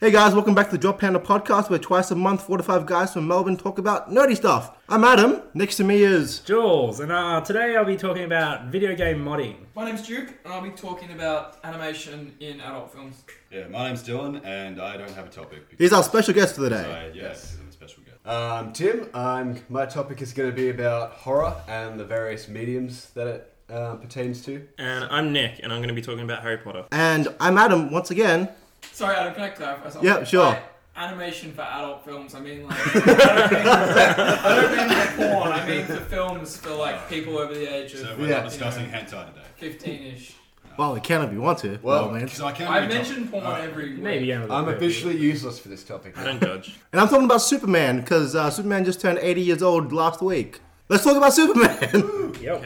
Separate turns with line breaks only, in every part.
Hey guys, welcome back to the Drop Panda podcast, where twice a month, four to five guys from Melbourne talk about nerdy stuff. I'm Adam. Next to me is
Jules, and uh, today I'll be talking about video game modding.
My name's Duke, and I'll be talking about animation in adult films.
Yeah, my name's Dylan, and I don't have a topic. Because
he's our special guest for the day.
I, yeah, because I'm a special guest.
Um, Tim, I'm, my topic is going to be about horror and the various mediums that it uh, pertains to.
And I'm Nick, and I'm going to be talking about Harry Potter.
And I'm Adam once again.
Sorry, Adam, can I clarify something?
Yeah, sure.
Like, animation for adult films, I mean, like, I don't mean, I don't mean for porn, I mean for films for, like, people over the age
So
of
we're
Yeah.
not discussing hentai today.
15 ish.
Well, we can if you want to.
Well,
man.
'Cause I can't
I
really
mentioned
talk-
porn
Alright.
every week.
Maybe yeah,
I'm officially useless for this topic.
I don't judge.
And I'm talking about Superman because uh, Superman just turned 80 years old last week. Let's talk about Superman.
Yep.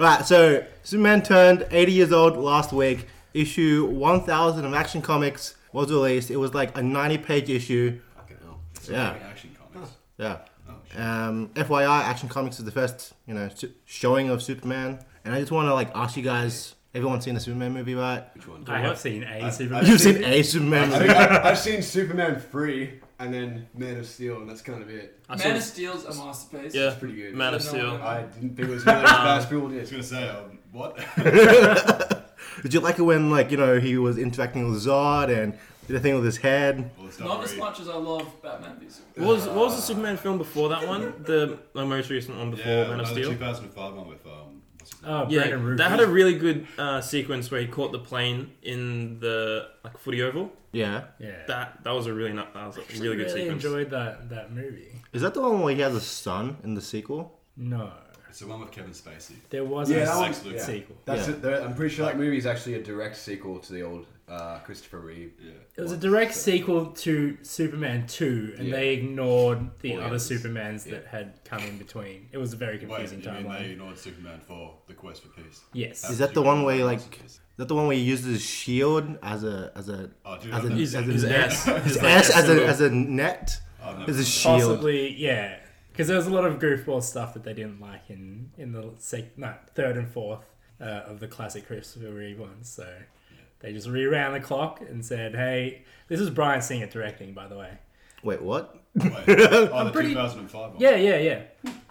right, so Superman turned 80 years old last week. Issue 1000 of Action Comics was released. It was like a 90 page issue.
Fucking hell.
Yeah,
Action comics.
yeah.
Oh, shit.
Um, FYI, Action Comics is the first, you know, su- showing of Superman, and I just want to like ask you guys: everyone's seen the Superman movie, right?
Which one?
I have seen a Superman.
You've seen a Superman
I
movie.
think I, I've seen Superman 3 and then Man of Steel, and that's kind of it.
I
Man
saw,
of Steel's a masterpiece.
yeah,
pretty good.
Man of Steel.
I didn't think it was really as bad as people
I was
did.
gonna say um, what?
Did you like it when, like, you know, he was interacting with Zod and did a thing with his head?
Well, it's
Not as
very-
much as I love Batman v Superman.
What was, what was the Superman film before that one? The, the most recent one before
Yeah,
Man of
no, the
Steel?
2005 one with um. what's his name?
Oh,
Yeah,
Brandon Roof.
that had a really good uh, sequence where he caught the plane in the like footy oval.
Yeah.
yeah.
That that was a really nut, that was a really good
really
sequence.
enjoyed that that movie.
Is that the one where he has a son in the sequel?
No,
It's the one with Kevin Spacey.
there was
Yeah,
a
that
sex
one-
Luke
yeah.
sequel.
That's
Yeah.
it. There- I'm pretty sure that movie is actually a direct sequel to the old uh, Christopher Reeve.
Yeah.
It was a
one,
direct
so-
sequel to Superman Two, and
Yeah.
they ignored the
All the
other
others.
Supermans that
Yeah.
had come in between. It was a very
Wait,
confusing
you mean they
timeline.
ignored Superman for the quest for peace?
Yes.
Is that the one where, like, is that the one where he uses his shield as a as a
Oh, dude,
as a
I've
His,
never-
as a
his
net?
ass.
His
His
ass as a
symbol.
as a net?
I've never
As a
seen
shield?
Possibly, yeah. Because there was a lot of goofball stuff that they didn't like in in the sec- no, third and fourth uh, of the classic Christopher Reeve ones. So they just reran the clock and said, "Hey, this is Brian Singer directing, by the way."
Wait, what?
that. Wait, oh, the
pretty-
2005 one.
Yeah, yeah, yeah.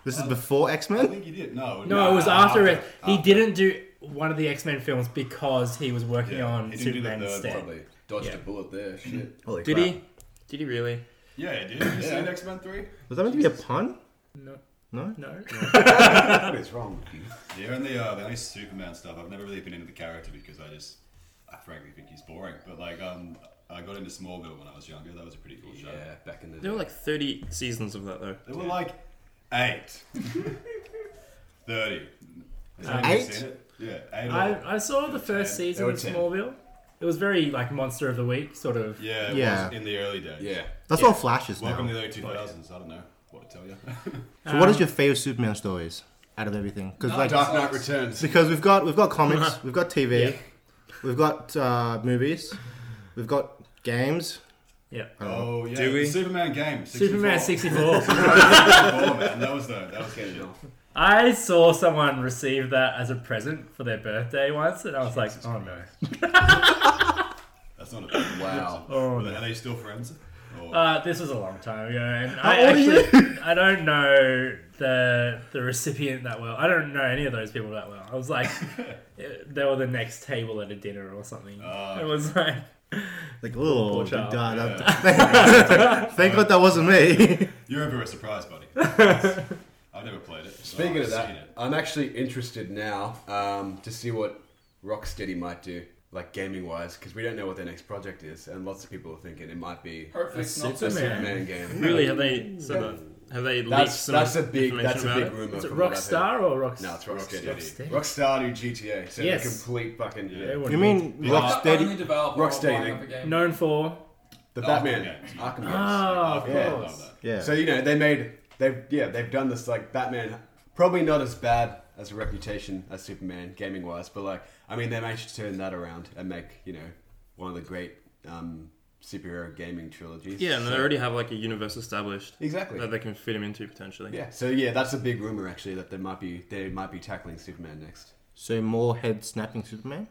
This is before X
I
Men.
think you did. No.
No, it was
Ah,
after, it. He didn't do one of the X Men films because he was working
Yeah,
on
he didn't do the
Superman
third
instead.
Probably dodged
Yeah.
a bullet there. Shit.
Holy
Did
crap.
he? Did he really?
Yeah, dude. Have you seen X Men Three?
Was that meant to be a pun?
No,
No.
no.
what is wrong with you?
The only uh, the only Superman stuff I've never really been into the character because I just I frankly think he's boring. But like um, I got into Smallville when I was younger. That was a pretty cool show.
Yeah, back in the
There were
day.
like 30 seasons of that though.
There were like eight, thirty. Has
Um,
anyone
Eight?
seen it? Yeah, eight. or-
I, I saw the first
They
season
were
of
ten.
Smallville. It was very like Monster of the Week sort of.
yeah, it
Yeah.
Was in the early days.
Yeah.
That's all flashes now.
Welcome to the early two thousands. I don't know what to tell you.
So, what is your favorite Superman stories out of everything? Because
No,
like,
Dark Knight Returns.
because we've got we've got comics, we've got TV, we've got uh, movies, we've got games.
Yeah.
oh yeah,
Do we?
the Superman game. 64.
Superman 64.
Oh man, that was the that was the shit.
I saw someone receive that as a present for their birthday once, and I was like, oh no.
That's not a
Wow.
Oh,
Are they still friends? Or,
Uh, this was a long time ago, and I
old are you?
actually I don't know the the recipient that well. I don't know any of those people that well. I was like, eh, they were the next table at a dinner or something.
Oh.
Ah.
it was like,
Like, oh,
Poor
you
child.
died.
Yeah.
Thank God that wasn't me.
You're in for a surprise, buddy. I've never played it. so
Speaking
Oh, I've
of
seen
that,
it.
I'm actually interested now um, to see what Rocksteady might do, like gaming wise, because we don't know what their next project is, and lots of people are thinking it might be
Hopefully, it's not
a
Superman.
Superman game.
Really? Have they said that? Have they leaked
That's
some
that's a big
information
that's a
about
big
it?
rumor.
is it
from what I've heard.
Rockstar or Rockstar?
No, it's Rocksteady.
Rocksteady.
Rocksteady, Rockstar do GTA. So
Yes.
yes. complete fucking
Yeah.
you mean
Yeah.
Rocksteady?
Only developer
Rocksteady.
of lineup again.
known for?
the
Arkham
Batman
games.
Arkham games.
Oh, of
Yeah.
course.
Yeah.
So you know they made they've yeah they've done this like Batman probably not as bad as a reputation as Superman gaming wise, but like I mean they managed to turn that around and make you know one of the great um, superhero gaming trilogies.
Yeah, and
So-
they already have like a universe established
exactly.
that they can fit him into potentially.
Yeah, so yeah, that's a big rumor actually that they might be they might be tackling Superman next.
So more head snapping Superman?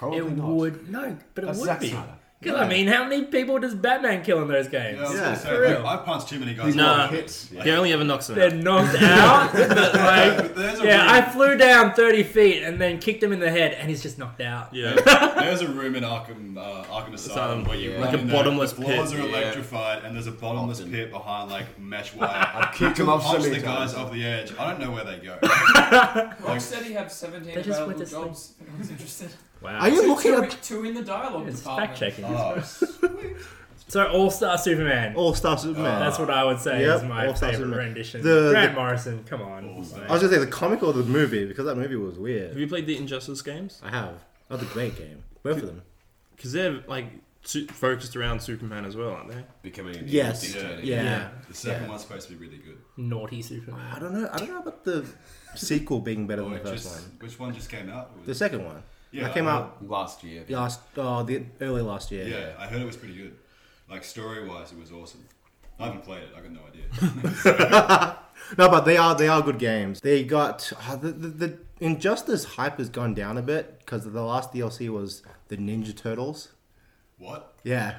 Probably
It
not.
would no, but it
That's
would
Zack
be.
Snyder.
Because I mean, how many people does Batman kill in those games?
Yeah, I was
Yeah,
gonna
for
say,
real.
I, I punched too many guys.
Nah.
with hits.
Yeah.
Like,
He only ever knocks them
They're
out.
knocked out. but, like,
but there's a
yeah,
rumor-
I flew down thirty feet and then kicked him in the head, and he's just knocked out.
Yeah.
There's a room in Arkham, uh, Arkham Asylum
Asylum,
where you
yeah.
run
Like
a
in
bottomless
there, the floors
pit.
are
Yeah.
electrified, and there's a bottomless
Often.
pit behind like mesh wire. I've
kicked them off so
punch
many
the guys
times.
off the edge. I don't know where they go.
Rocksteady have 17
They just went
available
to sleep.
jobs. If anyone's interested.
Wow.
Are you
Two-
looking
two,
at
two in the dialogue
It's fact
department?
checking.
oh,
So All Star Superman.
All Star Superman?
That's what I would say
Oh. Yep,
is my
All-Star
favorite
Superman.
rendition.
The-
Grant
the-
Morrison, come on.
All-Star.
I was gonna say the comic or the movie because that movie was
Have
weird.
you played the Injustice games?
I have. That's a great game. Both of them.
Because they're like su- focused around Superman as well, aren't they?
Becoming an
Yes.
evil
Yeah.
dictator.
Yeah.
the second
Yeah.
one's supposed to be really good.
Naughty Superman.
I don't know. I don't know about the sequel being better than
Or
the
Oh, it
first
just,
one.
which one just came out?
The second one.
Yeah,
that came
I-
out
Last year.
last, oh, the early last year.
Yeah, I heard it was pretty good. Like story wise, it was awesome. I haven't played it. I got no idea.
No, but they are they are good games. They got ah, the, the, the Injustice hype has gone down a bit because the last DLC was the Ninja Turtles.
what?
Yeah.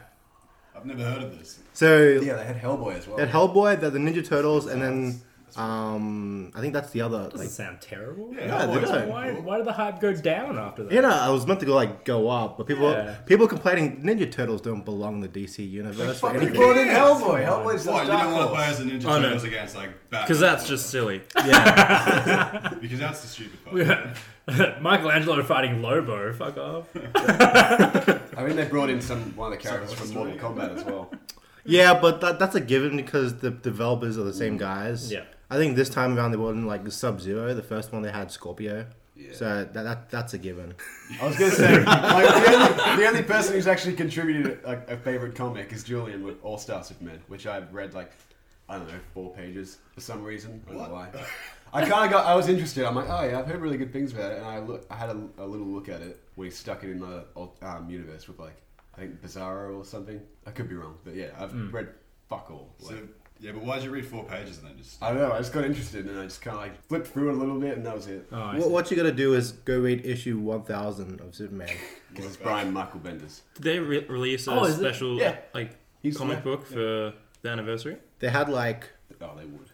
I've never heard of this.
So
Yeah, they had Hellboy as well.
at Hellboy, they're the Ninja Turtles, and then um, I think that's the other.
Doesn't
Like,
sound terrible.
Yeah, they
Hellboy's
don't.
Why, why did the hype go down after that?
you know, I was meant to go like go up, but people
Yeah.
people complaining Ninja Turtles don't belong in the DC universe. or
Fucking
anything.
brought in Hellboy. Hellboy's
Why
not
you don't want to play
Dark
as the Ninja
Oh, no.
Turtles against like Batman?
Because that's just silly.
yeah,
because that's the stupid part.
Michelangelo fighting Lobo. Fuck off.
I mean, they brought in some one of the characters
Someone's
from Mortal
doing
Kombat as well.
yeah, but that, that's a given because the developers are the same guys.
Mm. Yeah.
I think this time around they brought in like Sub Zero. The first one they had Scorpio.
Yeah.
So that, that that's a given.
I was gonna say like, the, only, the only person who's actually contributed like a favorite comic is Julian with All Star Superman, which I've read like I don't know four pages for some reason. I don't know why. I kind of got. I was interested. I'm like, oh yeah, I've heard really good things about it, and I look. I had a, a little look at it. We stuck it in the alt- um, universe with like I think Bizarro or something. I could be wrong, but yeah, I've read fuck all. Like,
So yeah, but why'd you read four pages and then just?
I don't know. I just got interested, and I just kind of like flipped through it a little bit, and that was it.
Oh, I
What, what you gotta do is go read issue one thousand of Superman.
Because it's Brian Michael Bendis.
Did they re- release a
Oh, is it?
special
Yeah.
like
He's
comic
yeah.
book for the anniversary?
They had like
Oh, they would.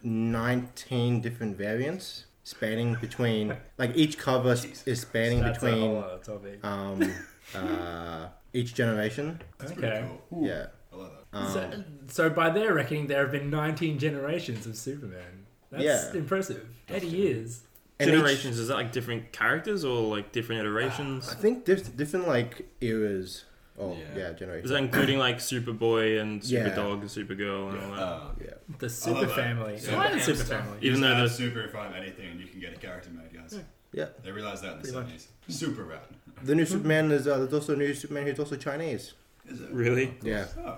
nineteen different variants spanning between like each cover s- is spanning
That's a whole
between
other topic.
um uh each generation.
That's
Okay.
pretty cool.
Yeah. Um,
I love that.
So, so by their reckoning, there have been 19 generations of Superman. That's
Yeah.
impressive. 80 years.
And each-
generations is that like different characters or like different
Uh,
iterations?
I think diff- different like eras. Oh
Yeah.
yeah,
is
generations.
that including like Superboy and
Yeah.
Superdog and Supergirl and all that?
Uh,
Yeah.
The Super
that.
Family.
Yeah.
Why the
Hamster.
Super Family?
Even
Just
though
add
there's
super in front of anything, and you can get a character made, guys.
Yeah.
They realized that in the
Pretty much.
seventies. Super rad.
The new Superman is uh, there's also a new Superman who's also Chinese.
Is it?
really,
Yeah.
Oh.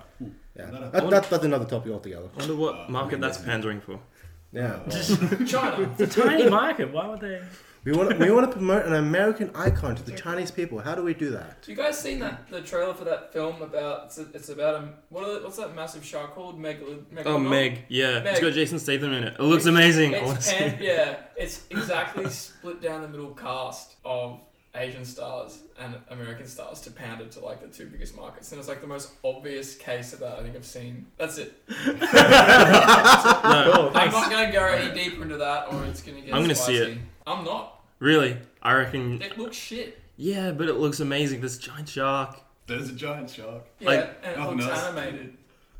Yeah.
Not a-
That, that, that's another topic altogether.
I wonder what market that's pandering for.
Yeah.
Oh. China.
It's a tiny market. Why would they?
We want we want to promote an American icon to the Chinese people. How do we do that?
Have you guys seen that the trailer for that film about? It's, it's about a what are the, what's that massive shark called? Megal-
Oh,
Megalodon?
Meg, yeah,
Meg.
it's got Jason Statham in it. It looks amazing. I wanna
It's
see
pan-
it.
yeah, it's exactly split down the middle cast of Asian stars and American stars to pound it to like the two biggest markets, and it's like the most obvious case of that I think I've seen. That's it.
No,
I'm not gonna go any deeper into that, or it's gonna get.
I'm gonna see
spicy.
it.
I'm not.
really, I reckon.
It looks shit.
Yeah, but it looks amazing. This giant shark.
There's a giant shark.
Yeah,
Like,
and it
nothing
looks
else.
animated.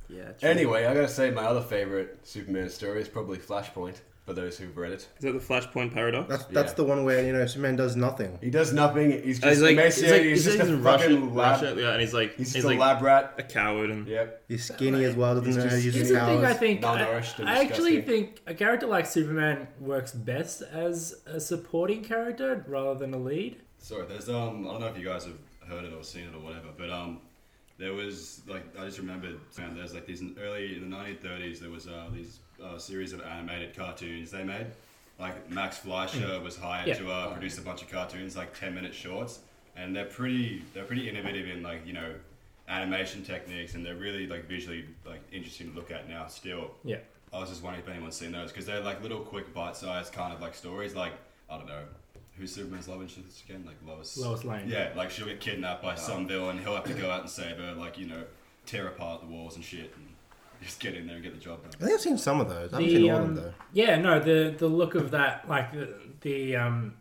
Yeah. True.
Anyway, I gotta say my other favorite Superman story is probably Flashpoint. For those who've read it,
Is that the Flashpoint paradox?
That's that's
Yeah.
the one where you know Superman does nothing.
he does nothing. He's
Oh,
just
he's like, he's like,
emaciated. He's,
he's like
just a
in Russia,
fucking lab.
Russia, yeah, and he's like,
He's
he's,
just a
like
lab rat.
a coward, and
Yep.
He's skinny as well. Doesn't
He's
know how to
just-
use
Here's
his
the thing I
powers.
think. I,
malnourished and
I actually
disgusting.
think a character like Superman works best as a supporting character rather than a lead.
Sorry, there's um I don't know if you guys have heard it or seen it or whatever, but um there was like I just remembered man, there's like these early in the 1930s there was uh, these uh, series of animated cartoons they made. Like Max Fleischer was hired
Yeah.
to uh, produce a bunch of cartoons, like 10 minute shorts, and they're pretty they're pretty innovative in like you know animation techniques, and they're really like visually like interesting to look at now still.
Yeah.
I was just wondering if anyone's seen those because they're like little quick bite-sized kind of like stories. Like I don't know, who's Superman's love interest again? Like Lois.
Lois Lane.
Yeah, like she'll get kidnapped
Oh.
by some villain. He'll have to go out and save her. Like you know, tear apart the walls and shit, and just get in there and get the job done.
I think I've seen some of those. I haven't
The,
seen all
um,
of them
Yeah, no, the the look of that, like the the um,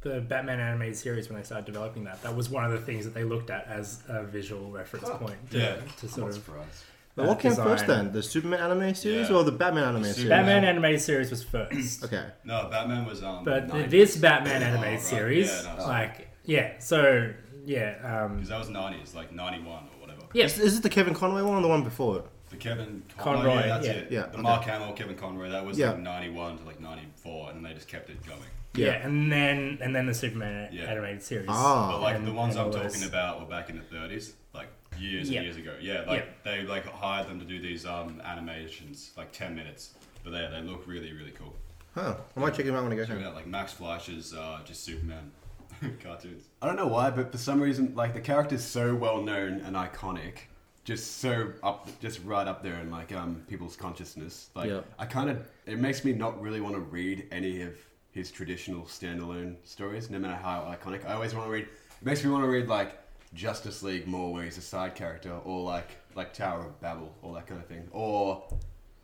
the Batman animated series when they started developing that, that was one of the things that they looked at as a visual reference point. To,
Yeah.
to sort of
surprised.
though. Now, what came
design.
first then? The Superman anime series
Yeah.
or the Batman anime
The
series?
Superman-
Batman animated series was first,
Okay.
No, Batman was um.
but
nine-
this Batman
Oh,
animated
right.
series,
Yeah, no,
like yeah, so yeah, um,
Because that was nineties, like ninety one or whatever.
yes,
Is, is it the Kevin Conway one or the one before it?
The Kevin
Conroy,
yeah, that's
yeah.
it.
Yeah,
the
okay.
Mark Hamill, Kevin Conroy, that was
Yeah.
like ninety one to like ninety four, and then they just kept it going.
yeah.
Yeah.
and then and then the Superman
Yeah.
animated series.
Ah.
But like
and-
the ones
and
I'm
all
talking
those.
about were back in the 30s, like years
Yeah.
and years ago. Yeah, like they like hired them to do these um animations, like 10 minutes. But they they look really really cool.
Huh. I might check him out when I go
Check it
home.
out, like Max Fleisch's uh, just Superman cartoons.
I don't know why, but for some reason, like the character's so well known and iconic, just so up, just right up there in like um people's consciousness. Like
Yeah.
I kind of, it makes me not really want to read any of his traditional standalone stories, no matter how iconic. I always want to read. It makes me want to read like Justice League more, where he's a side character, or like like Tower of Babel, all that kind of thing, or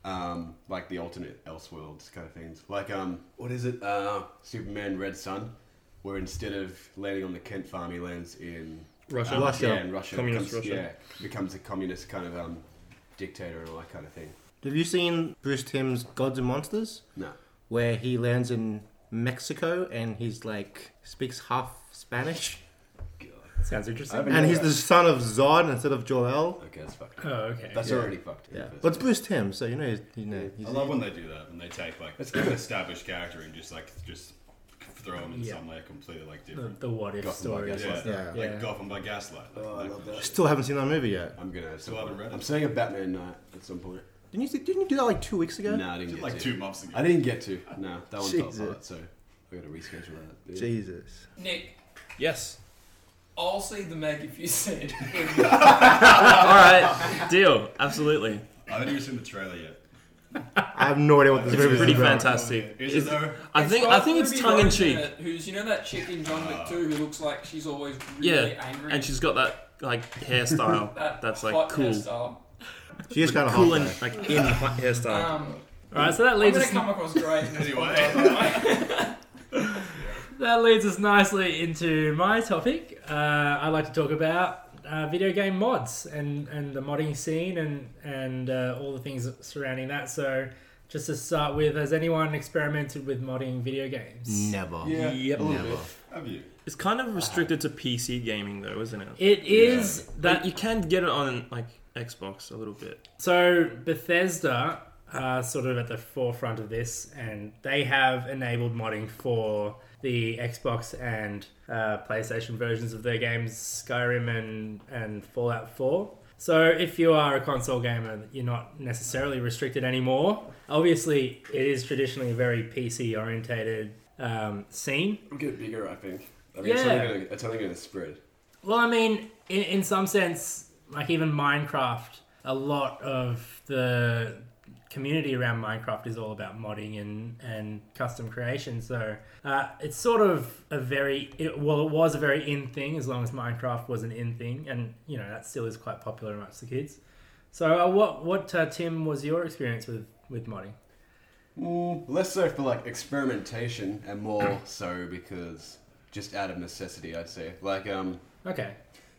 um like the alternate Elseworlds kind of things. Like um, what is it? Uh, Superman Red Sun. Where instead of landing on the Kent farm, he lands in
Russia.
um,
Russia.
Yeah, in Russia.
Communist
becomes,
Russia.
Yeah, becomes a communist kind of um, dictator and all that kind of thing.
Have you seen Bruce Timm's Gods and Monsters?
No.
Where he lands in Mexico and he's like speaks half Spanish.
Sounds interesting.
haven't-
And he's the son of Zod instead of Jor-El.
Okay, that's fucked.
Oh,
Up.
okay.
That's
Yeah.
already fucked. in the
Yeah.
first
But it's
place.
Bruce Timm, so you know he's, you know, he's
I love when they do that, when they take like an established character and just like just throw him in
Yeah.
some way completely like
the,
different.
the what if
Gotham, I
story.
guess.
Yeah,
Yeah.
like
Yeah.
Gotham by Gaslight. Like,
Oh, I love that.
Still haven't seen that movie yet.
I'm gonna.
Still haven't read it.
I'm saying a Batman night at some point.
Didn't you see, didn't you do that like two weeks ago?
No, I didn't
Did
get
like
to.
two months ago.
I didn't get to. No, that one fell
Jesus.
apart. So I got to reschedule that. Yeah.
Jesus.
Nick,
Yes.
I'll see the Meg if you see it.
All right. Deal. Absolutely.
I haven't even seen the trailer yet.
I have no idea what this
It's
movie is
pretty
about.
fantastic.
Is
It's-
it though?
I think I think it's tongue in cheek.
Who's you know that chick in John Wick two who looks like she's always really
Yeah,
angry.
and she's got that like hairstyle
that Um,
that's
hot
like cool,
hairstyle.
She is kind of
cool
hot.
and like in hot hairstyle.
Um,
All right, so that
I'm
leads
gonna
us
come across great. in this
Anyway.
podcast.
that leads us nicely into my topic. Uh, I like to talk about uh, video game mods and, and the modding scene and and uh, all the things surrounding that. So, just to start with, has anyone experimented with modding video games?
Never.
Yeah.
Yep.
A little
Never.
bit.
Have you?
It's kind of restricted to PC gaming though, isn't it?
It is
That
that
you can get it on like Xbox a little bit.
So Bethesda are sort of at the forefront of this, and they have enabled modding for the Xbox and uh, PlayStation versions of their games, Skyrim and and Fallout Four. So if you are a console gamer, you're not necessarily restricted anymore. Obviously, it is traditionally a very PC orientated um, scene,
It'll get bigger, I think. I mean, it's,
Yeah.
only gonna, it's only gonna spread.
Well, I mean, in, in some sense, like even Minecraft, a lot of the community around Minecraft is all about modding and, and custom creation. So uh, it's sort of a very, it, well, it was a very in thing as long as Minecraft was an in thing. And, you know, that still is quite popular amongst the kids. So uh, what, what uh, Tim, was your experience with, with modding?
Mm, less so for like experimentation, and more so because just out of necessity, I'd say. Like um,
Okay.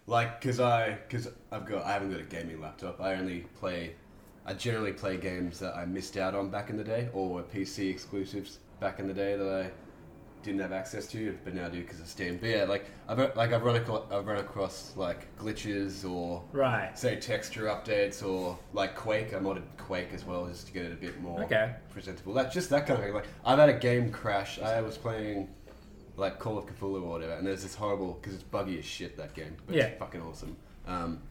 like because I because I've got I haven't got a gaming laptop. I only play. I generally play games that I missed out on back in the day, or were PC exclusives back in the day that I didn't have access to, but now do because of Steam. But yeah, like I've like I've run across, I've run across like glitches or
Right.
say texture updates or like Quake. I modded Quake as well just to get it a bit more
Okay.
presentable. That's just that kind of thing. Like I've had a game crash. I was playing like Call of Cthulhu or whatever, and there's this horrible because it's buggy as shit that game, but
Yeah.
it's fucking awesome. Um,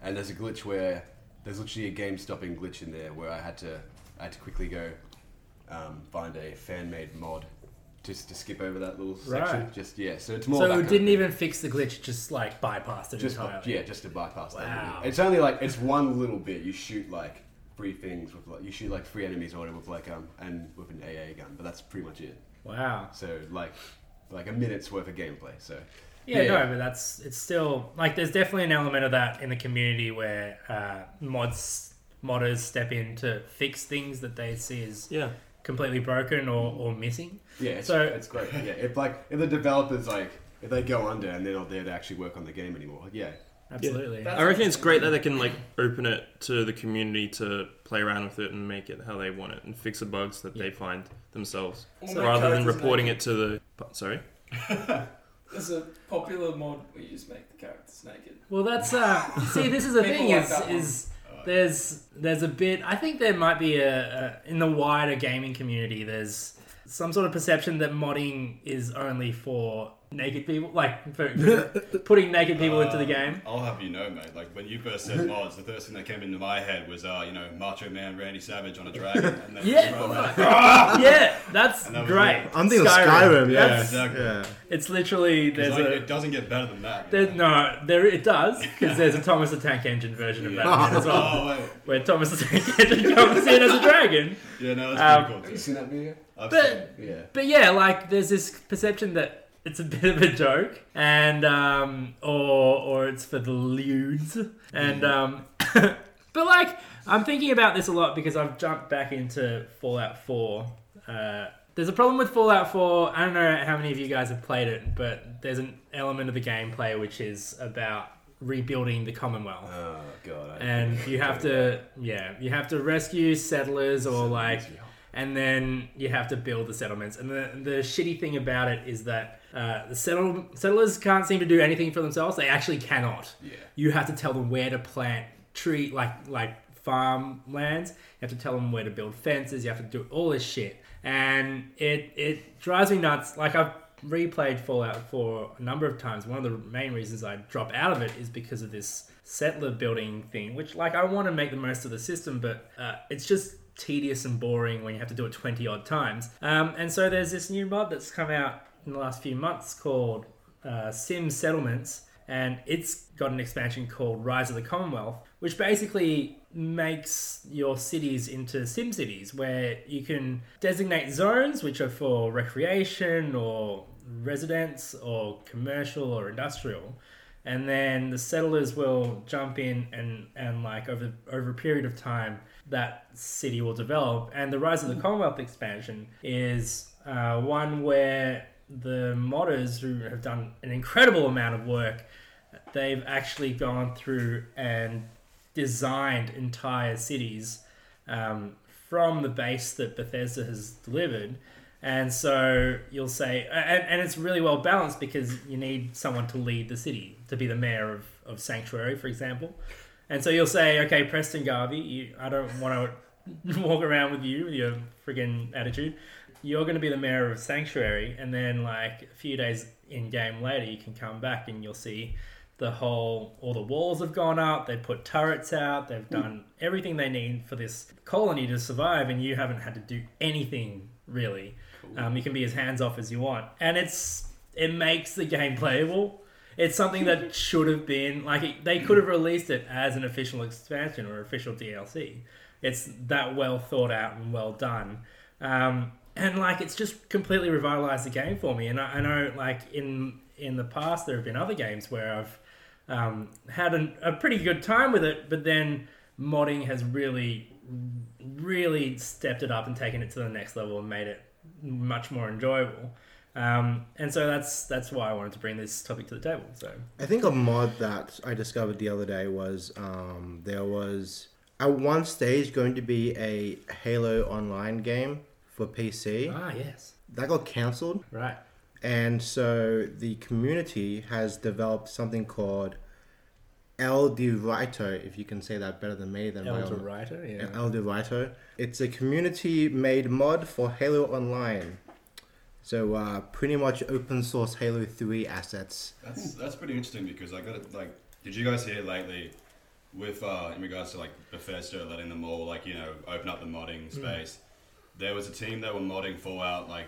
and there's a glitch where there's literally a game-stopping glitch in there where I had to I had to quickly go um, find a fan-made mod just to skip over that little section.
Right.
Just yeah, so it's more. that
So
kind
it
of
didn't
thing.
even fix the glitch, it just like bypassed it
Just
entirely.
yeah, just to bypass
Wow.
that. It's only like it's one little bit. You shoot like three things with like you shoot like three enemies or whatever with like um and with an AA gun, but that's pretty much it.
Wow.
So like like a minute's worth of gameplay. So
Yeah,
Yeah.
no, but that's it's still like there's definitely an element of that in the community where uh, mods modders step in to fix things that they see as
Yeah.
completely broken or, or missing.
yeah, it's,
So-
it's great. Yeah, if like if the developers like if they go under and they're not there to actually work on the game anymore, yeah,
Absolutely.
That's
I reckon it's great that they can like open it to the community to play around with it and make it how they want it and fix the bugs that they find themselves,
All my
rather than
characters
reporting
naked.
it to the. pu- Sorry.
There's a popular mod where you just make the characters naked.
Well, that's uh. see, this is the
People
thing
like
is
that one.
is there's there's a bit. I think there might be a, a in the wider gaming community. There's some sort of perception that modding is only for naked people, like for putting naked people into
Uh,
the game.
I'll have you know, mate. Like when you first said mods, the first thing that came into my head was, uh, you know, Macho Man Randy Savage on a dragon. And then
Yeah. yeah, that's
And that was
great.
it.
I'm thinking Skyrim. Skyrim
Yeah,
that's-
exactly.
Yeah.
It's literally
It's
there's
like,
a
it doesn't get better than that. you
there,
know?
no there it does because there's a Thomas the Tank Engine version of Batman as well,
Oh wait,
where Thomas the Tank Engine comes in as a dragon.
yeah, no,
Um,
that's pretty cool.
Have
Too.
you seen that video?
I've
but-
seen it.
Yeah.
But yeah, like there's this perception that it's a bit of a joke, and um, or or it's for the lewds, and um, but like I'm thinking about this a lot because I've jumped back into Fallout Four. Uh, there's a problem with Fallout Four. I don't know how many of you guys have played it, but there's an element of the gameplay which is about rebuilding the Commonwealth
Oh god. I-
and you have to yeah you have to rescue settlers or like and then you have to build the settlements and the, the shitty thing about it is that uh, the settle- settlers can't seem to do anything for themselves they actually cannot
Yeah.
you have to tell them where to plant tree like like farmlands you have to tell them where to build fences you have to do all this shit and it it drives me nuts like i've replayed fallout for a number of times one of the main reasons i drop out of it is because of this settler building thing which like i want to make the most of the system but uh, it's just tedious and boring when you have to do it 20 odd times um, and so there's this new mod that's come out in the last few months called uh, Sim Settlements, and it's got an expansion called Rise of the Commonwealth, which basically makes your cities into sim cities where you can designate zones which are for recreation or residence or commercial or industrial and then the settlers will jump in and and like over over a period of time that city will develop and the rise of the commonwealth expansion is uh, one where the modders who have done an incredible amount of work they've actually gone through and designed entire cities um, from the base that Bethesda has delivered. And so you'll say, and, and it's really well balanced because you need someone to lead the city, to be the mayor of, of Sanctuary, for example. And so you'll say, okay, Preston Garvey, you, I don't want to walk around with you with your friggin' attitude. You're going to be the mayor of Sanctuary. And then, like, a few days in game later, you can come back and you'll see the whole all the walls have gone up they've put turrets out they've done everything they need for this colony to survive and you haven't had to do anything really um, you can be as hands off as you want and it's it makes the game playable it's something that should have been like it, they could have released it as an official expansion or official dlc it's that well thought out and well done um, and like it's just completely revitalized the game for me. And I, I know like in in the past there have been other games where I've um, had an, a pretty good time with it, but then modding has really really stepped it up and taken it to the next level and made it much more enjoyable. Um, and so that's that's why I wanted to bring this topic to the table. So
I think a mod that I discovered the other day was um, there was at one stage going to be a Halo Online game for PC
ah yes,
that got cancelled,
right.
and so the community has developed something called El Derito, if you can say that better than me. Than my
Elder
own-
writer, yeah.
El Derito. It's a community made mod for Halo Online. So uh, pretty much open source Halo 3 assets.
That's that's pretty interesting because I got it. Like, did you guys hear lately with uh, in regards to like Bethesda letting them all like you know open up the modding space? There was a team that were modding Fallout. Like,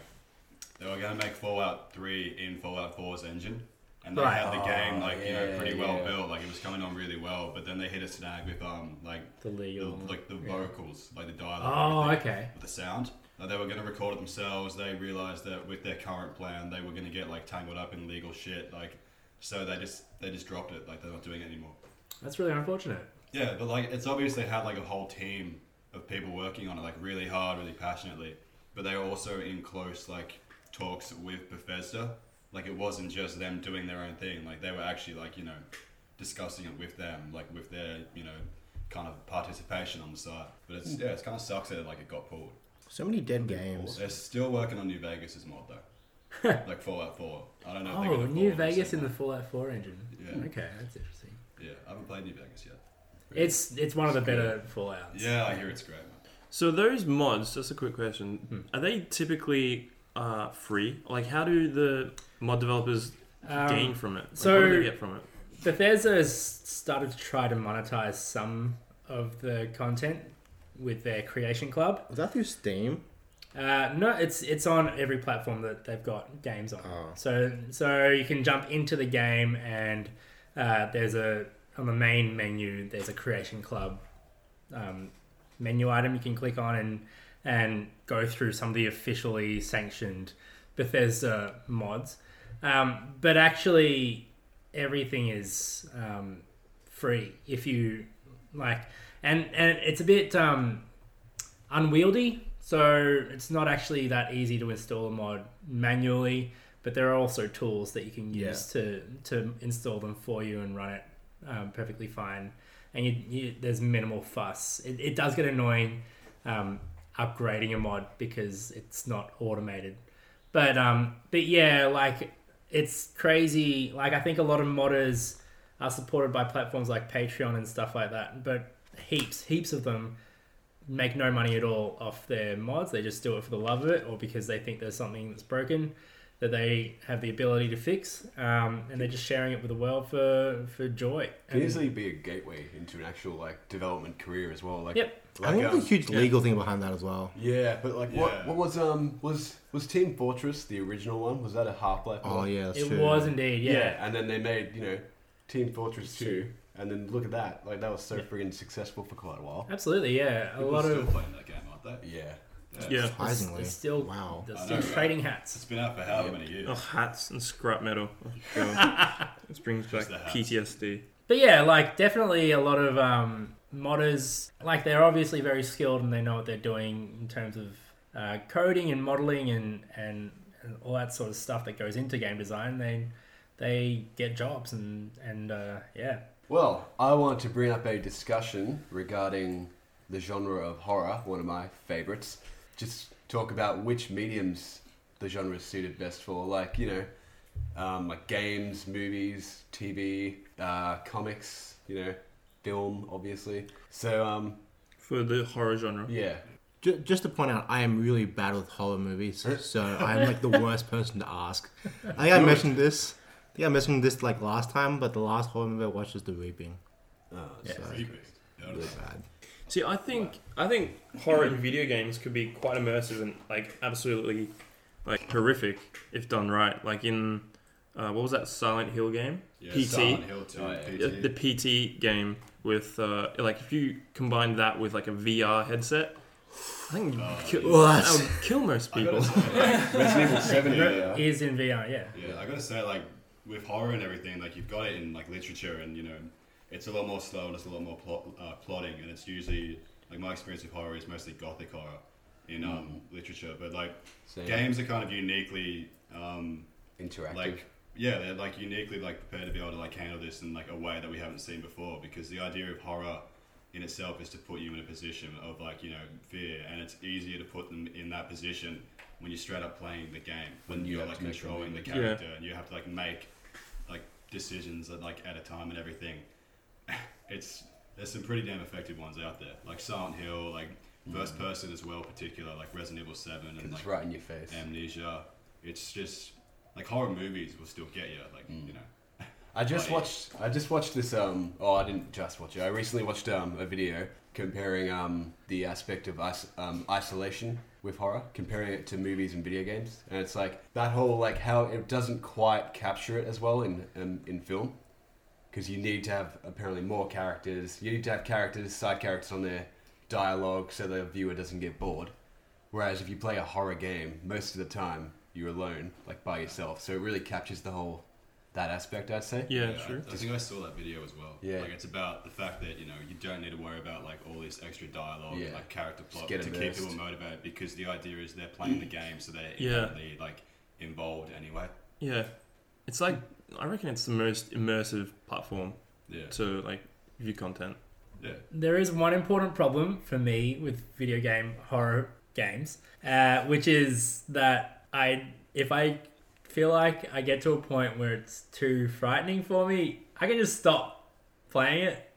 they were gonna make Fallout Three in Fallout 4's engine. and they
Right.
had the game like you
yeah,
know pretty well
yeah.
built. Like it was coming on really well, but then they hit a snag with um like
The legal.
the, like the vocals, like the dialogue. and
oh,
everything
okay.
with the sound. Like they were going to record it themselves. They realized that with their current plan, they were going to get like tangled up in legal shit. Like, so they just they just dropped it. Like they're not doing it anymore.
That's really unfortunate.
Yeah, but like it's obvious they had like a whole team of people working on it, like really hard, really passionately. But they were also in close like talks with Bethesda. Like it wasn't just them doing their own thing. Like they were actually like you know discussing it with them, like with their you know kind of participation on the side. But it's yeah, it's kind of sucks that like it got pulled.
So many dead games.
They're still working on New Vegas' mod though. like Fallout 4. I don't know. if they're
Oh,
gonna
New
follow
Vegas in
same
the Fallout 4 engine.
Yeah.
Okay, that's interesting.
way. Yeah, I haven't played New Vegas yet.
It's it's one of the better Fallouts.
Yeah, I hear it's great. Man.
So those mods, just a quick question: Are they typically uh, free? Like, how do the mod developers
Um,
gain from it? Like,
so-
what do they get from it?
Bethesda has started to try to monetize some of the content with their creation club.
Was that through Steam?
Uh, no, it's it's on every platform that they've got games on.
Oh.
So so you can jump into the game and uh, there's a on the main menu there's a creation club um, menu item you can click on and and go through some of the officially sanctioned Bethesda mods. Um, but actually, everything is um, free if you like, and and it's a bit um, unwieldy, so it's not actually that easy to install a mod manually. But there are also tools that you can use to to install them for you and run it um, perfectly fine. And you, you, there's minimal fuss. It, it does get annoying um, upgrading a mod because it's not automated. But um, but yeah, like it's crazy. Like I think a lot of modders are supported by platforms like Patreon and stuff like that. But heaps, heaps of them make no money at all off their mods. They just do it for the love of it, or because they think there's something that's broken that they have the ability to fix, um, and they're just sharing it with the world for for joy.
Can
And-
easily be a gateway into an actual like development career as well. Like,
Yep.
I
Like,
think
um,
there's a huge legal thing behind that as well.
yeah, but like, what
Yeah.
what was um was was Team Fortress the original one? Was that a Half Life?
Oh yeah, that's
it
true.
was indeed,
yeah.
yeah.
and then they made you know Team Fortress two, and then look at that, like that was so friggin' successful for quite a while.
Absolutely, yeah. A
People
lot
still
of
playing that game, aren't they?
Yeah,
Yeah.
Surprisingly,
It's still
wow.
They're
I
still
know, right?
trading
It's
hats.
been out for how many years?
Oh, hats and scrap metal. Oh, God. this brings back
Just the hats.
PTSD.
But yeah, like definitely a lot of um, modders. Like they're obviously very skilled and they know what they're doing in terms of uh, coding and modeling and, and and all that sort of stuff that goes into game design. They they get jobs and and uh, yeah.
Well, I want to bring up a discussion regarding the genre of horror, one of my favorites. Just talk about which mediums the genre is suited best for, like, you know, um, like games, movies, TV, uh, comics, you know, film, obviously. So, um,
For the horror genre.
yeah.
Ju- Just to point out, I am really bad with horror movies, so I'm like the worst person to ask. I think I mentioned this. I think I mentioned this like last time, but the last horror movie I watched is The Reaping.
Uh,
So
Pretty big. Yeah, I don't
really
know.
bad.
See, I think I think horror in video games could be quite immersive and like absolutely like horrific if done right. Like in uh, what was that Silent Hill game?
Yeah,
PT.
Silent Hill 2,
Oh, yeah.
PT.
Uh, the PT game with uh, like if you combine that with like a VR headset, I think you'd kill,
What?
that would kill most
I gotta
people.
say,
Resident Evil 7
Yeah.
yeah.
Is in VR, yeah.
Yeah, I gotta say, like with horror and everything, like you've got it in like literature, and you know, it's a lot more slow and it's a lot more plot, uh, plotting, and it's usually like my experience with horror is mostly gothic horror in um,
Mm.
literature, but like
Same.
games are kind of uniquely um,
Interactive.
like yeah, they're like uniquely like prepared to be able to like handle this in like a way that we haven't seen before, because the idea of horror in itself is to put you in a position of like you know fear, and it's easier to put them in that position when you're straight up playing the game when
When you
you're
have
like
to make the
controlling the
move.
Yeah.
character and you have to like make like decisions at like at a time and everything. It's there's some pretty damn effective ones out there, like Silent Hill, like
Mm.
first person as well, particular like Resident Evil Seven
'Cause
and
it's
like
right in your face. Mm.
Amnesia. It's just like horror movies will still get you, like you know.
I just
Funny.
watched. I just watched this. Um. Oh, I didn't just watch it. I recently watched um a video comparing um the aspect of is- um isolation with horror, comparing it to movies and video games, and it's like that whole like how it doesn't quite capture it as well in um, in film, because you need to have apparently more characters. You need to have characters, side characters on their dialogue, so the viewer doesn't get bored. Whereas if you play a horror game, most of the time you're alone, like by yourself, so it really captures the whole that aspect. I'd say.
Yeah,
Yeah,
sure.
I think I saw that video as well.
Yeah.
Like it's about the fact that you know you don't need to worry about like all this extra dialogue,
Yeah.
and, like character plot
get
to keep
immersed.
people motivated because the idea is they're playing the game, so they're
Yeah.
inherently like involved anyway.
Yeah, it's like I reckon it's the most immersive platform
Yeah.
to like view content.
Yeah.
There is one important problem for me with video game horror games, uh, which is that I, if I feel like I get to a point where it's too frightening for me, I can just stop playing it,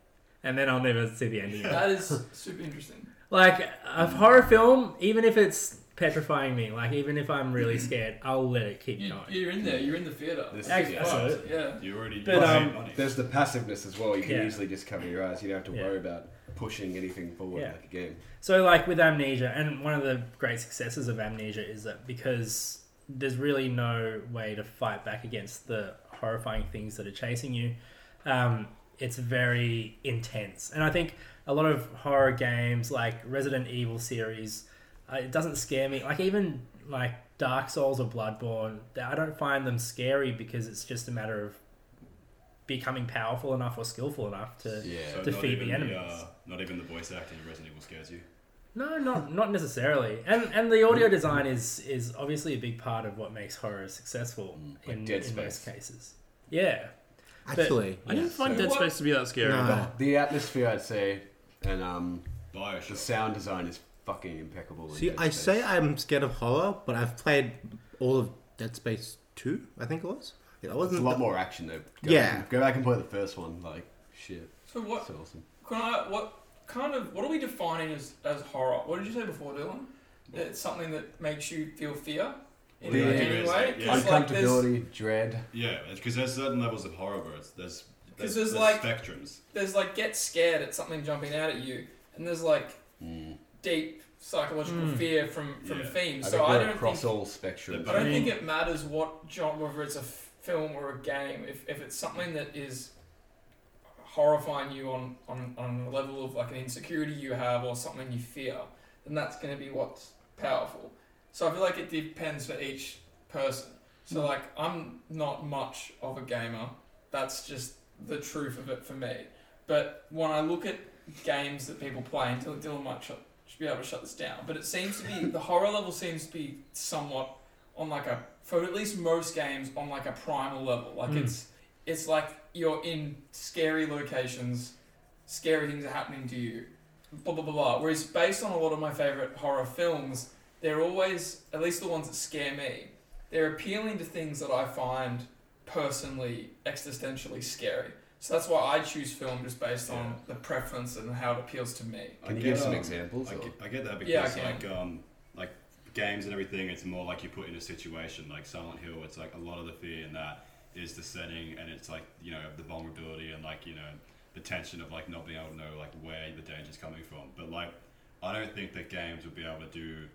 and then I'll never see the ending. of it.
That is super interesting.
Like a horror film, even if it's petrifying me, like even if I'm really scared, I'll let it keep
You,
going.
you're in there. You're in the theater.
This
Actually,
is-
I saw it.
Yeah.
You already
But,
you
um,
made money.
There's the passiveness as well. You can
Yeah.
easily just cover your eyes. You don't have to
Yeah.
worry about pushing anything forward
Yeah.
like a game.
So, like with Amnesia, and one of the great successes of Amnesia is that because there's really no way to fight back against the horrifying things that are chasing you, um, it's very intense. And I think a lot of horror games, like Resident Evil series, uh, it doesn't scare me. Like, even like Dark Souls or Bloodborne, th- I don't find them scary because it's just a matter of becoming powerful enough or skillful enough to.
Yeah.
So
to
not
feed
even
the enemies.
uh, not even the voice acting in Resident Evil scares you.
No, not not necessarily. And and the audio design is is obviously a big part of what makes horror successful
Mm, Like
in,
Dead
in most
Space.
cases. Yeah.
Actually,
I didn't find Dead
What?
Space to be that scary.
no.
The atmosphere, I'd say, and um, the
Bioshock.
sound design is fucking impeccable. in
See,
Dead
I
Space.
say I'm scared of horror, but I've played all of Dead Space 2, I think it was. It
It's a
wasn't
lot more action though. Go
Yeah.
back, and- go back and play the first one. Like shit,
So what?
it's awesome.
Can I? What kind of? What are we defining as as horror? What did you say before, Dylan? That It's something that makes you feel fear. In
The-
any way. 'Cause,
Yeah. It's
like, there's-
Uncomfortability, dread.
Yeah, because there's certain levels of horror where it's, there's
'Cause
there's,
there's,
there's
like-
spectrums.
there's like get scared at something jumping out at you, and there's like
Mm.
deep psychological fear from from
Yeah.
Hmm. I
themes.
think
So I
we're
don't
across
think
all spectrums.
I don't
Mm.
think it matters what genre, whether it's a f- film or a game, if, if it's something that is horrifying you on, on, on the level of like an insecurity you have or something you fear, then that's going to be what's powerful. So I feel like it depends for each person. So,
Hmm.
like, I'm not much of a gamer. That's just the truth of it for me. But when I look at games that people play, until Dylan might shut, should be able to shut this down, but it seems to be, the horror level seems to be somewhat on like a for at least most games on like a primal level. Like
Mm.
it's it's like you're in scary locations, scary things are happening to you, blah blah blah blah. Whereas based on a lot of my favorite horror films, they're always at least the ones that scare me. They're appealing to things that I find personally existentially scary. So that's why I choose film just based on the preference and how it appeals to me.
I
Can you
get,
give some
um,
examples?
I
or-
get, I get that because
Yeah, I
like
can.
um like games and everything, it's more like you put in a situation like Silent Hill. It's like a lot of the fear in that is the setting, and it's like you know the vulnerability and like you know the tension of like not being able to know like where the danger's coming from. But like I don't think that games would be able to do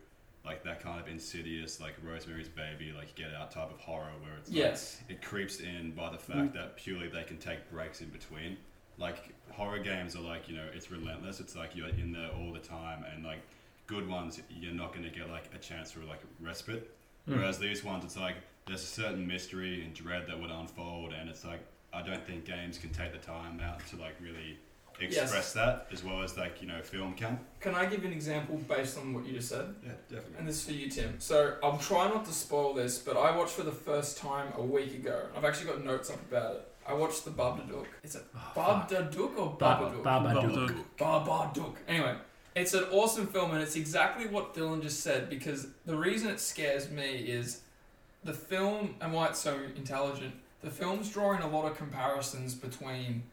like that kind of insidious like Rosemary's Baby like Get Out type of horror where it's like,
Yes.
it creeps in by the fact that purely they can take breaks in between. Like horror games are like you know it's relentless. It's like you're in there all the time, and like good ones, you're not going to get like a chance for like respite. Whereas these ones, it's like there's a certain mystery and dread that would unfold, and it's like I don't think games can take the time out to like really express that as well as like you know film can.
Can I give an example based on what you just said?
Yeah, definitely.
And this is for you, Tim. So I'll try not to spoil this, but I watched for the first time a week ago. I've actually got notes up about it. I watched the Babadook. It's a Babadook or Babadook?
Babadook.
Babadook. Anyway, it's an awesome film, and it's exactly what Dylan just said. Because the reason it scares me is the film and why it's so intelligent. The film's drawing a lot of comparisons between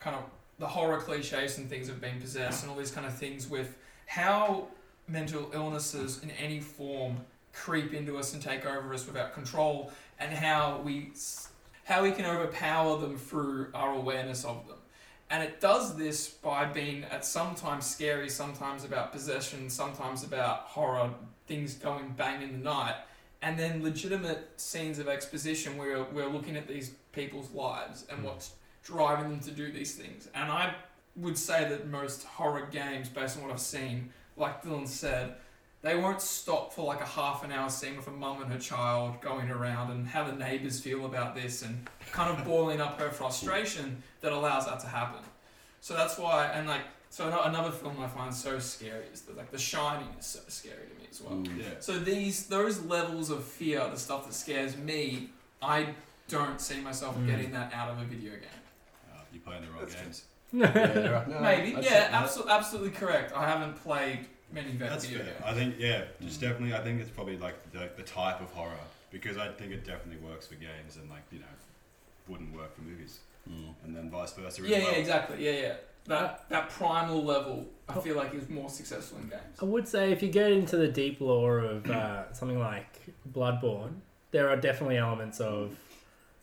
kind of the horror cliches and things have been possessed, and all these kind of things with how mental illnesses in any form creep into us and take over us without control, and how we s- how we can overpower them through our awareness of them. And it does this by being at sometimes scary, sometimes about possession, sometimes about horror, things going bang in the night, and then legitimate scenes of exposition where we're looking at these people's lives and what's driving them to do these things. And I would say that most horror games, based on what I've seen, like Dylan said, they won't stop for like a half an hour scene with a mum and her child going around and how the neighbors feel about this and kind of boiling up her frustration that allows that to happen. So that's why, and like, so ano- another film I find so scary is that like The Shining is so scary to me as well.
Yeah.
So these those levels of fear, the stuff that scares me, I don't see myself
Mm.
getting that out of a video game.
Uh, you're playing the wrong games.
Yeah, right. No,
Maybe,
I'd
yeah,
say-
absolutely, absolutely correct. I haven't played many video
That's
games.
fair. I think yeah, just definitely. I think it's probably like the, the type of horror because I think it definitely works for games and like you know wouldn't work for movies
Mm.
and then vice versa.
Yeah,
as
yeah,
well.
exactly. Yeah, yeah. That that primal level, I feel like is more successful in
I
games.
would say if you get into the deep lore of uh, something like Bloodborne, there are definitely elements of,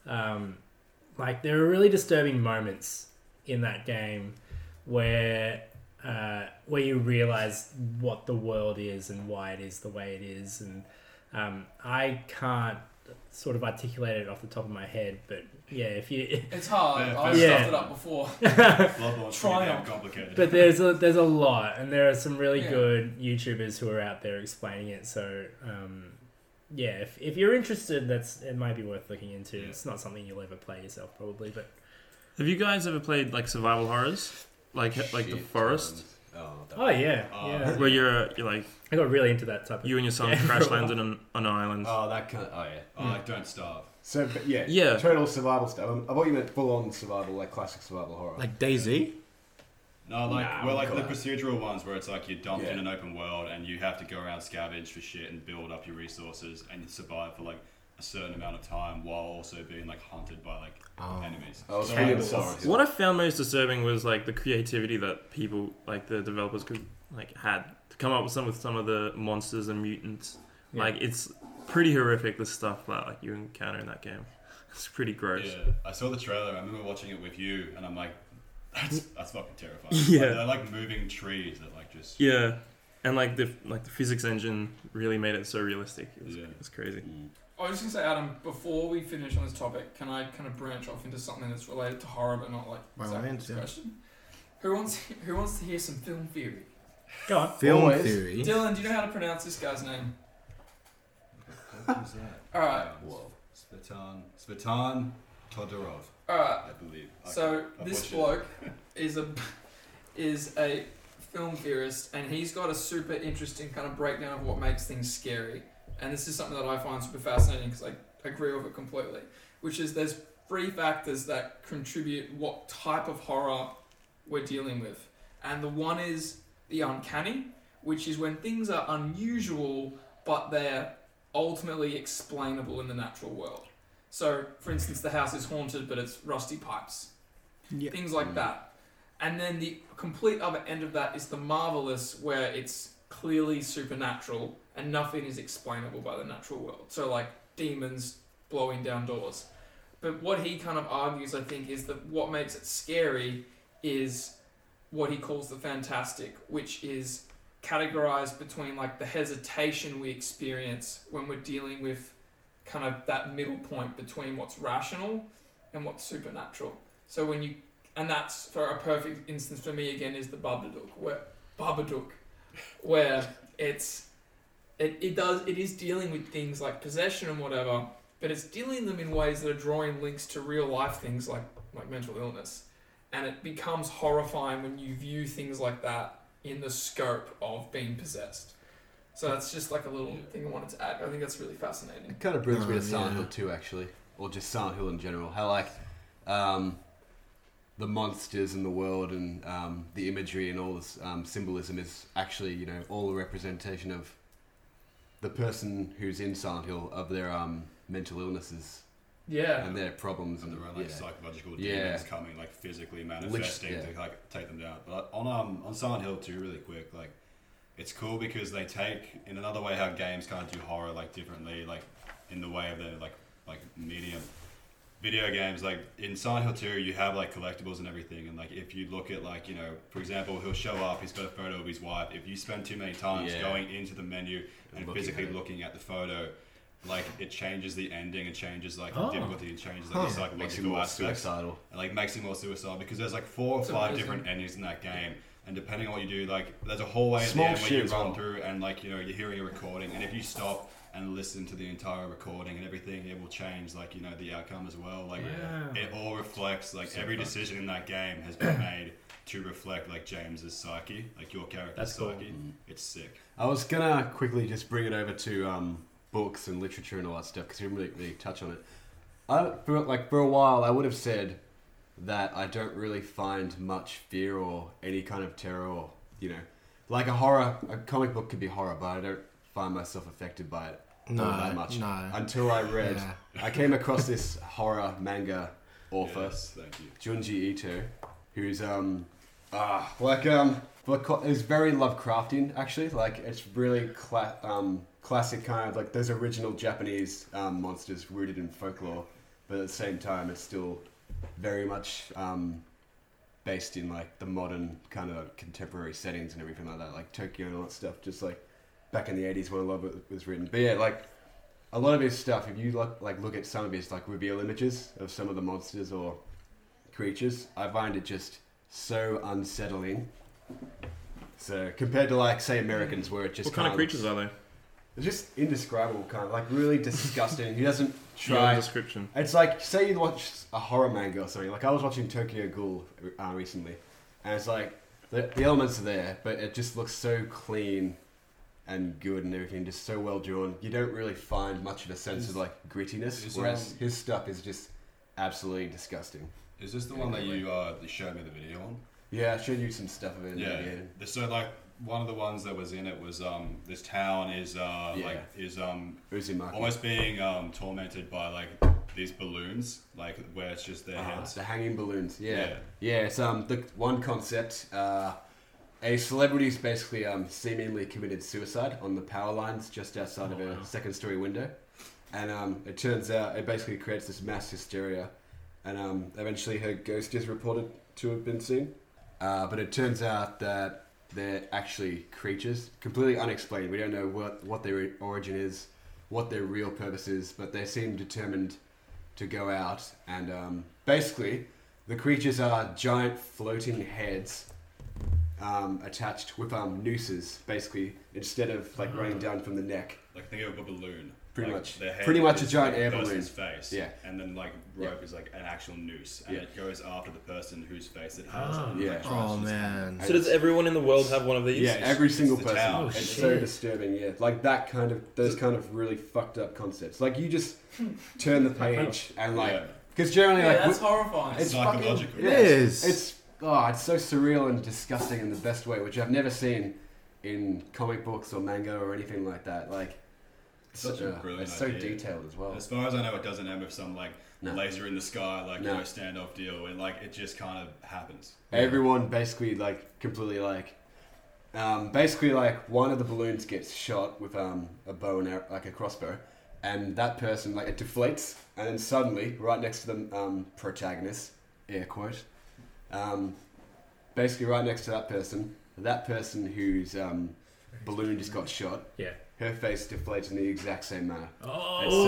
um, like there are really disturbing moments in that game where uh, where you realize what the world is and why it is the way it is, and um, I can't sort of articulate it off the top of my head, but yeah, if you
It's hard.
Yeah,
I
fair.
stuffed
Yeah.
it up before.
Bloodborne's pretty damn
Triumph.
complicated.
But there's a there's a lot, and there are some really
Yeah.
good YouTubers who are out there explaining it. So, um, yeah, if, if you're interested, that's it might be worth looking into.
Yeah.
It's not something you'll ever play yourself, probably, but
Have you guys ever played like survival horrors, like like the
Shit
forest,
tons. Oh, that-
oh yeah,
Uh,
Oh.
yeah.
where you're you're like
I got really into that type of.
you and your son
Yeah.
crash landed on on an island?
oh, that kind of. Oh, yeah.
oh, like don't starve.
So, but yeah,
Yeah.
total survival stuff. Um, I thought you meant full on survival, like classic survival horror.
Like Daisy.
No, like
Nah,
well, like
God.
the procedural ones where it's like you're dumped
Yeah.
in an open world and you have to go around scavenge for shit and build up your resources and survive for like a certain amount of time while also being like hunted by like
Oh.
enemies.
I was
So,
thinking
like,
sorry.
What I found most disturbing was like the creativity that people, like the developers, could like had to come up with some with some of the monsters and mutants.
Yeah.
Like it's pretty horrific the stuff that like you encounter in that game. It's pretty gross.
Yeah, I saw the trailer. I remember watching it with you, and I'm like, that's that's fucking terrifying.
Yeah.
like, they're like moving trees that like just
Yeah. And like the like the physics engine really made it so realistic. It was,
Yeah.
it was crazy.
I was just gonna say, Adam, before we finish on this topic, can I kind of branch off into something that's related to horror but not like
By all
exactly
means,
this
yeah.
question? Who wants Who wants to hear some film theory?
Go on.
Film
Always.
theory.
Dylan, do you know how to pronounce this guy's name?
What was that?
All right,
Whoa. Svetan Svetan Todorov,
all right.
I believe. I-
So
I
this
butchered it.
bloke is a is a film theorist, and he's got a super interesting kind of breakdown of what makes things scary. And this is something that I find super fascinating because I agree with it completely. Which is there's three factors that contribute what type of horror we're dealing with, and the one is the uncanny, which is when things are unusual but they're ultimately explainable in the natural world. So, for instance, the house is haunted, but it's rusty pipes.
Yeah.
Things like that. And then the complete other end of that is the marvelous, where it's clearly supernatural and nothing is explainable by the natural world. So, like demons blowing down doors. But what he kind of argues, I think, is that what makes it scary is what he calls the fantastic, which is categorized between like the hesitation we experience when we're dealing with kind of that middle point between what's rational and what's supernatural. So when you and that's for a perfect instance for me again is the Babadook where Babadook where it's it, it does it is dealing with things like possession and whatever, but it's dealing them in ways that are drawing links to real life things like like mental illness. And it becomes horrifying when you view things like that in the scope of being possessed. So that's just like a little thing I wanted to add. I think that's really fascinating.
It kind of brings me to
Oh,
Silent
yeah.
Hill 2, actually, or just Silent Hill in general. How like um, the monsters in the world and um, the imagery and all this um, symbolism is actually, you know, all a representation of the person who's in Silent Hill of their um, mental illnesses
Yeah.
and their problems
and
and
there are like
yeah.
psychological demons
Yeah.
coming, like physically manifesting
yeah.
to like take them down. But on um on Silent Hill too, really quick, like it's cool because they take in another way how games kind of do horror like differently, like in the way of their like like medium. video games, like in Silent Hill 2, you have like collectibles and everything. And like if you look at like, you know, for example, he'll show up, he's got a photo of his wife. If you spend too many times
Yeah.
going into the menu and
Looking
physically
at it.
looking at the photo, like it changes the ending, it changes like
Oh.
the difficulty, it changes like the psychological
Makes you more
aspects
suicidal.
and like makes him more suicidal because there's like four or
It's
five
amazing.
different endings in that game. And depending on what you do, like there's a whole way at the
Small
end where you
shit as
run
well.
through and like you know you're hearing a recording, and if you stop and listen to the entire recording and everything, it will change like you know the outcome as well. Like
Wow.
it all reflects like every decision in that game has been made to reflect like James's psyche, like your character's
That's cool.
psyche. It's sick.
I was gonna quickly just bring it over to um, books and literature and all that stuff because we didn't really, really touch on it. I for, like for a while I would have said that I don't really find much fear or any kind of terror or you know like a horror a comic book could be horror but I don't find myself affected by it
No,
all that much
no.
until I read
Yeah.
I came across this horror manga author
Yes, thank you.
Junji Ito, who's um ah like um like is very Lovecraftian actually. Like it's really cla- um classic kind of like those original Japanese um, monsters rooted in folklore, but at the same time it's still very much um based in like the modern kind of contemporary settings and everything like that, like Tokyo and all that stuff. Just like back in the eighties when a lot of it was written. But yeah, like a lot of his stuff. If you look like look at some of his like reveal images of some of the monsters or creatures, I find it just so unsettling. So compared to like say Americans, where it just
What kind of
can't-
creatures are they?
They're just indescribable, kind of like really disgusting. he doesn't
Your
try
description.
it's like say you watch a horror manga or something. Like I was watching Tokyo Ghoul uh, recently, and it's like the, the elements are there, but it just looks so clean and good and everything, just so well drawn. You don't really find much of a sense of like grittiness,
is,
whereas
um,
his stuff is just absolutely disgusting.
Is this the one that you uh, showed me the video on?
Yeah, I showed you some stuff of it. in the
Yeah.
video.
The- So like one of the ones that was in it was um this town is uh
Yeah.
like is um
Uzumaki.
almost being um tormented by like these balloons like where it's just their
Ah,
heads.
the hanging balloons. Yeah.
Yeah.
yeah, It's um the one concept. Uh, a celebrity's basically um seemingly committed suicide on the power lines just outside of
Oh,
a
wow.
second story window, and um it turns out it basically creates this mass hysteria, and um eventually her ghost is reported to have been seen, uh, but it turns out that they're actually creatures completely unexplained. We don't know what what their origin is, what their real purpose is, but they seem determined to go out and um, basically the creatures are giant floating heads um, attached with um, nooses basically instead of like running down from the neck
Like think of a balloon.
Pretty
Ah. Like,
much-
their head
pretty much a
is
giant
the
air
person's Face.
Yeah.
And then like rope is like an actual noose, and
Yeah.
it goes after the person whose face it has.
Ah.
and,
Yeah.
like, tries
Oh
to-
man.
So does everyone in the world have one of these?
yeah every
it's
single
the
person
town. Oh,
it's so
shit.
disturbing yeah like that kind of those kind of really fucked up concepts like you just turn the page and like
Yeah.
because generally
Yeah,
like
that's
wh-
horrifying.
it's
Psychological.
Fucking,
It
it's-
is.
It's oh, it's so surreal and disgusting in the best way, which I've never seen in comic books or manga or anything like that. Like,
Such a
uh,
brilliant
it's so
idea.
detailed as well.
As far as I know, it doesn't end with some like
No.
laser in the sky, like
No.
you know, standoff deal, and like it just kind of happens.
Everyone basically like completely like, um, basically like one of the balloons gets shot with um a bow and arrow, like a crossbow, and that person like it deflates, and then suddenly right next to the um, protagonist, air quote, um, basically right next to that person, that person whose um, balloon just got shot.
Yeah.
Her face deflates in the exact same manner.
Oh,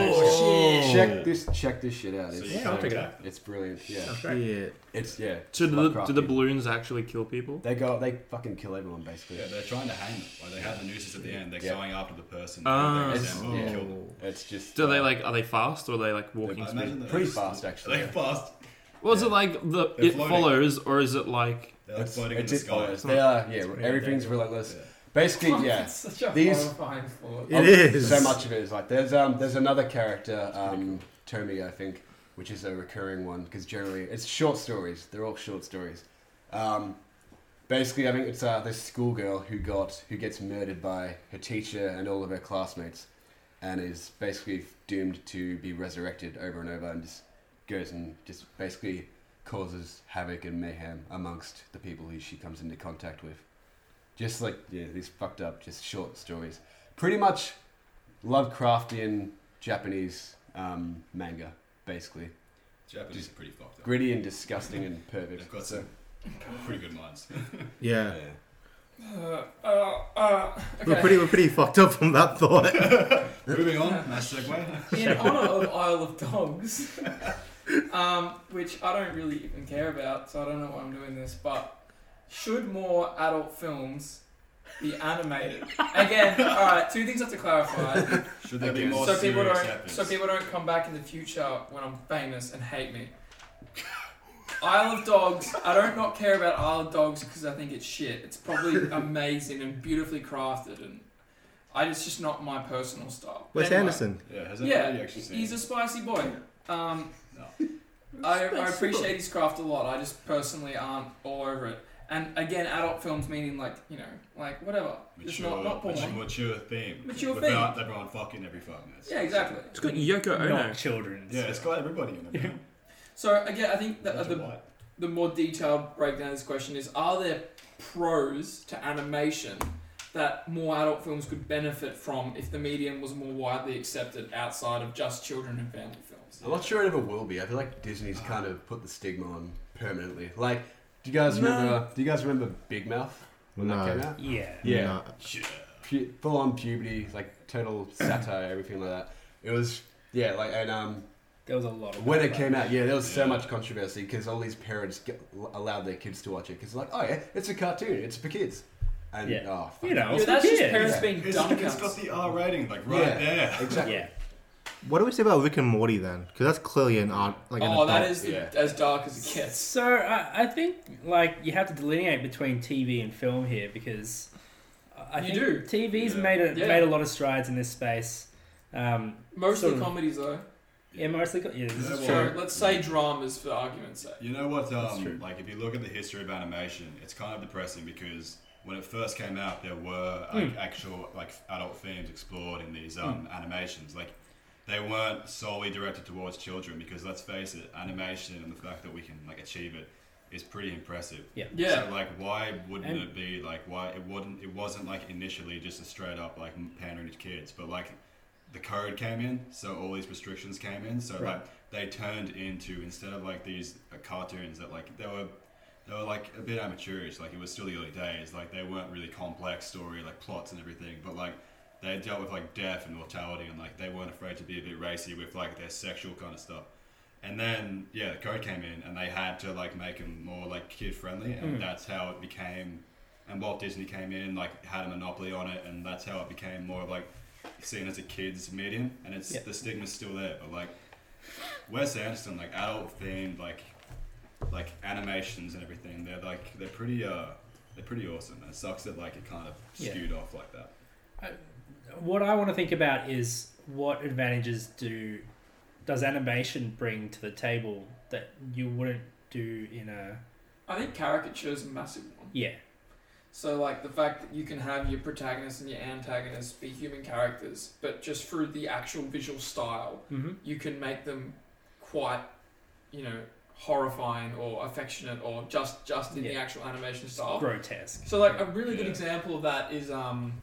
It's so- Check this. Check this shit out.
So
It's,
you
Yeah, I'll take it out.
it's brilliant. Yeah.
Right.
Shit.
It's yeah.
So do the,
Lovecraftian.
do the balloons actually kill people?
They go. They fucking kill everyone basically.
Yeah, they're trying to hang them. Like they have the nooses at the end. They're
Yeah.
going after the person.
Ah.
they
It's-
resemble and
yeah.
kill them.
It's just. uh,
Do they like are they fast or are they like walking
They're-
I
speed?
imagine that
Pretty
it's-
fast, actually,
They're
yeah.
fast.
Well, is it like the
They're
it
floating.
follows or is it like
They're like
it's-
floating in
it's
the
just
sky.
bollocks. They are. Yeah.
pretty
everything's
dangerous.
relentless.
Yeah.
Basically, yeah.
It's such a
These-
horrifying thought.
It
Oh,
is.
So much of it is like there's um there's another character um Tomi I think which is a recurring one because generally it's short stories they're all short stories. Um, basically, I think it's uh, this schoolgirl who got who gets murdered by her teacher and all of her classmates, and is basically doomed to be resurrected over and over and just goes and just basically causes havoc and mayhem amongst the people who she comes into contact with. Just like yeah, these fucked up just short stories, pretty much Lovecraftian Japanese um, manga, basically.
Japanese are pretty fucked up.
Gritty and disgusting and pervert.
They've got some pretty good minds.
Yeah.
yeah.
Uh, uh, uh,
We're
okay.
pretty, we're pretty fucked up from that thought.
Moving on, nice segue.
in honor of Isle of Dogs, um, which I don't really even care about, so I don't know why I'm doing this, but should more adult films be animated? Again, alright, two things I have to clarify.
Should there be more
So people,
serious
don't,
happens?
so people don't come back in the future when I'm famous and hate me. Isle of Dogs, I don't not care about Isle of Dogs because I think it's shit. It's probably amazing and beautifully crafted, and I, it's just not my personal style.
Wes
Anyway.
Anderson.
yeah, has
Yeah,
anybody actually seen
He's a
it?
spicy boy. Um,
No.
I, I appreciate his craft a lot. I just personally aren't all over it. And again, adult films meaning like you know, like whatever. It's
mature,
not not porn.
mature, mature theme.
Mature
Without everyone fucking every five minutes.
Yeah, exactly.
It's got Yoko
Oh,
Ono.
Not children.
Yeah, it's got everybody in it. man.
So again, I think that
Bunch
the
of white.
the more detailed breakdown of this question is are there pros to animation that more adult films could benefit from if the medium was more widely accepted outside of just children and family films?
I'm not sure it ever will be. I feel like Disney's kind of put the stigma on permanently. Like, do you guys
No.
remember? Do you guys remember Big Mouth when
No.
that came out?
Yeah.
Yeah,
No.
pu- full on puberty, like total satire, everything like that. It was yeah, like and um,
There was a lot of
when
that,
it
like-
came out, yeah, there was so
Yeah.
much controversy because all these parents get, allowed their kids to watch it because like, oh yeah, it's a cartoon, it's for kids, and
Yeah.
oh, fuck.
You know,
Yeah,
it's
that's
for
just
kids.
parents
Yeah.
being
It's,
dumb
it's got
cunts.
the R rating, like right
Yeah.
there.
exactly.
Yeah.
What do we say about Rick and Morty then? Because that's clearly an art. Like an
Oh, that
adult-
is the,
yeah.
as dark as it gets.
So I, I think like you have to delineate between TV and film here because I I
You
think
do.
TV's
Yeah.
made a
Yeah.
made a lot of strides in this space. Um,
Mostly
Sort of.
comedies though.
yeah, mostly. co- Yeah, this
Yeah,
is
well-
true.
So let's say dramas for argument's sake.
You know what?
That's true.
Um, like, if you look at the history of animation, it's kind of depressing because when it first came out, there were like
Hmm.
actual like adult themes explored in these um, animations. Like, they weren't solely directed towards children because let's face it, animation and the fact that we can like achieve it is pretty impressive.
Yeah.
So like, why wouldn't
And-
it be like? Why it wouldn't? It wasn't like initially just a straight up like pandering to kids, but like the code came in, so all these restrictions came in, so
Right.
like they turned into instead of like these uh, cartoons that like they were. They were like a bit amateurish, like it was still the early days. Like they weren't really complex story, like plots and everything. But like they dealt with like death and mortality, and like they weren't afraid to be a bit racy with like their sexual kind of stuff. And then yeah, the code came in, and they had to like make them more like kid friendly,
Mm.
and that's how it became. And Walt Disney came in, like had a monopoly on it, and that's how it became more of like seen as a kids medium. And it's
Yeah.
the stigma's still there, but like Wes Anderson, like adult themed, like like animations and everything, they're like they're pretty uh they're pretty awesome. And it sucks that like it kind of
Yeah.
skewed off like that.
What I want to think about is what advantages do does animation bring to the table that you wouldn't do in a
I think caricature's a massive one.
yeah
So, like the fact that you can have your protagonist and your antagonist be human characters, but just through the actual visual style,
mm-hmm.
you can make them quite, you know, horrifying or affectionate or just just in the
Yeah.
actual animation style.
grotesque.
So, like a really good
Yeah.
example of that is um,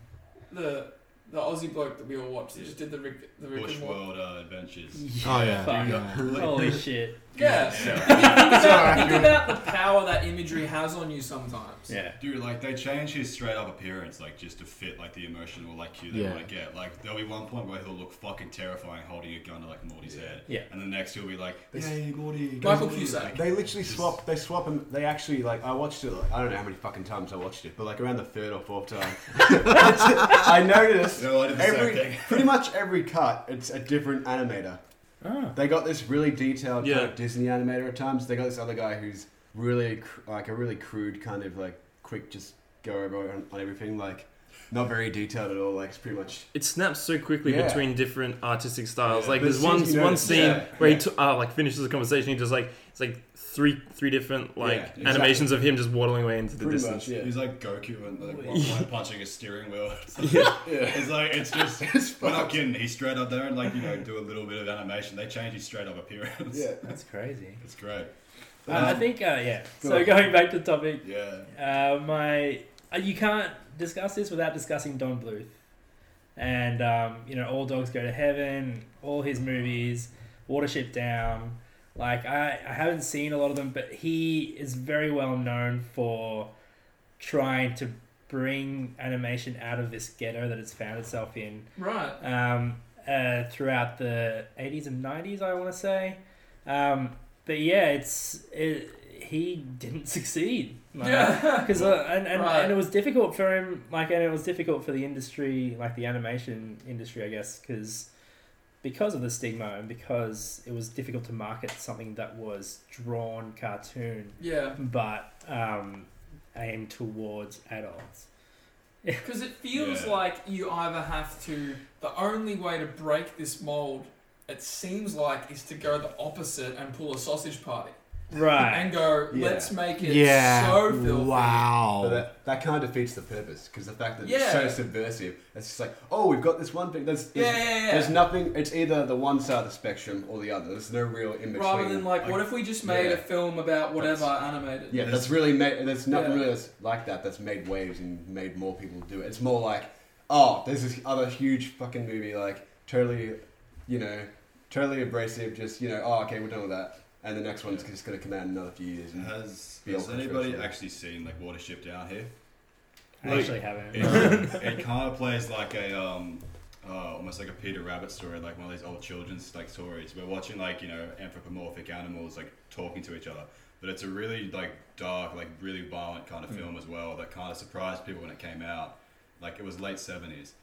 the the Aussie bloke that we all watched that
Yeah.
just did the Rick the Rick
Bush
and Morty.
World uh, Adventures.
Oh yeah.
Fuck.
yeah.
Holy shit.
Yeah. think, about, think about the power that imagery has on you sometimes.
Yeah.
Dude, like they change his straight up appearance, like just to fit like the emotional like cue they
Yeah.
want to get. Like there'll be one point where he'll look fucking terrifying, holding a gun to like Morty's head.
Yeah.
And the next he'll be like,
This-
"Hey, Morty."
Michael
Morty,"
Cusack.
like-
They literally swap. They swap them. They actually like. I watched it. Like, I don't know how many fucking times I watched it, but like around the third or fourth time, I noticed
No, I did the same
every
thing.
pretty much every cut. It's a different animator.
Ah.
Oh.
They got this really detailed
Yeah.
kind of Disney animator at times. They got this other guy who's really cr- like a really crude kind of like quick, just go over on, on everything. Like not very detailed at all. Like it's pretty much
It snaps so quickly
Yeah.
between different artistic styles.
Yeah.
like
But
there's
as soon
one
as you
one
notice-
scene
yeah,
where
yeah.
he t- uh, like finishes the conversation. He just like it's like three three different like
Yeah, exactly.
animations of him just waddling away into the
pretty
distance.
much yeah.
He's like Goku and like one
Yeah.
point punching a steering wheel.
Yeah.
It's like it's just
It's
we're not
fucked.
kidding. He's straight up there and like you know do a little bit of animation. They change his straight up appearance.
Yeah.
That's crazy.
It's great.
Uh, I
Um,
think, uh, yeah.
go
so
on.
going back to the topic,
Yeah.
uh, my uh, you can't discuss this without discussing Don Bluth, and um, you know, All Dogs Go to Heaven, all his movies, Watership Down, Like I, I haven't seen a lot of them, but he is very well known for trying to bring animation out of this ghetto that it's found itself in
Right.
um, uh, throughout the 80s and 90s, I want to say. Um, but yeah, it's it, he didn't succeed. Like,
Yeah.
Cause, uh, and, and,
Right.
and it was difficult for him, like, and it was difficult for the industry, like the animation industry, I guess, because because of the stigma and because it was difficult to market something that was drawn cartoon,
Yeah.
but um, aimed towards adults.
Because it feels
Yeah.
like you either have to. The only way to break this mold, it seems like, is to go the opposite and pull a sausage party
Right.
and go.
Yeah.
Let's make it
yeah.
so filthy.
But
wow.
that, that kind of defeats the purpose because the fact that it's
Yeah.
so subversive, it's just like, oh, we've got this one thing. There's, there's,
Yeah, yeah, yeah.
there's nothing. It's either the one side of the spectrum or the other. There's no real in between.
Rather than like, what if we just made
yeah.
a film about whatever animated?
Yeah, that's really made. There's nothing
Yeah.
really that's like that that's made waves and made more people do it. It's more like, oh, there's this other huge fucking movie, like totally, you know, totally abrasive. Just you know, oh, okay, we're done with that. And the next one's just gonna come out in another few years.
Uh-huh.
And
Has,
Yeah,
has anybody
sure.
actually seen like Watership Down here?
I actually haven't.
It, it kind of uh, plays like a um, uh, almost like a Peter Rabbit story, like one of these old children's like stories. We're watching like you know anthropomorphic animals like talking to each other, but it's a really like dark, like really violent kind of film as well. That kind of surprised people when it came out. Like it was late seventies.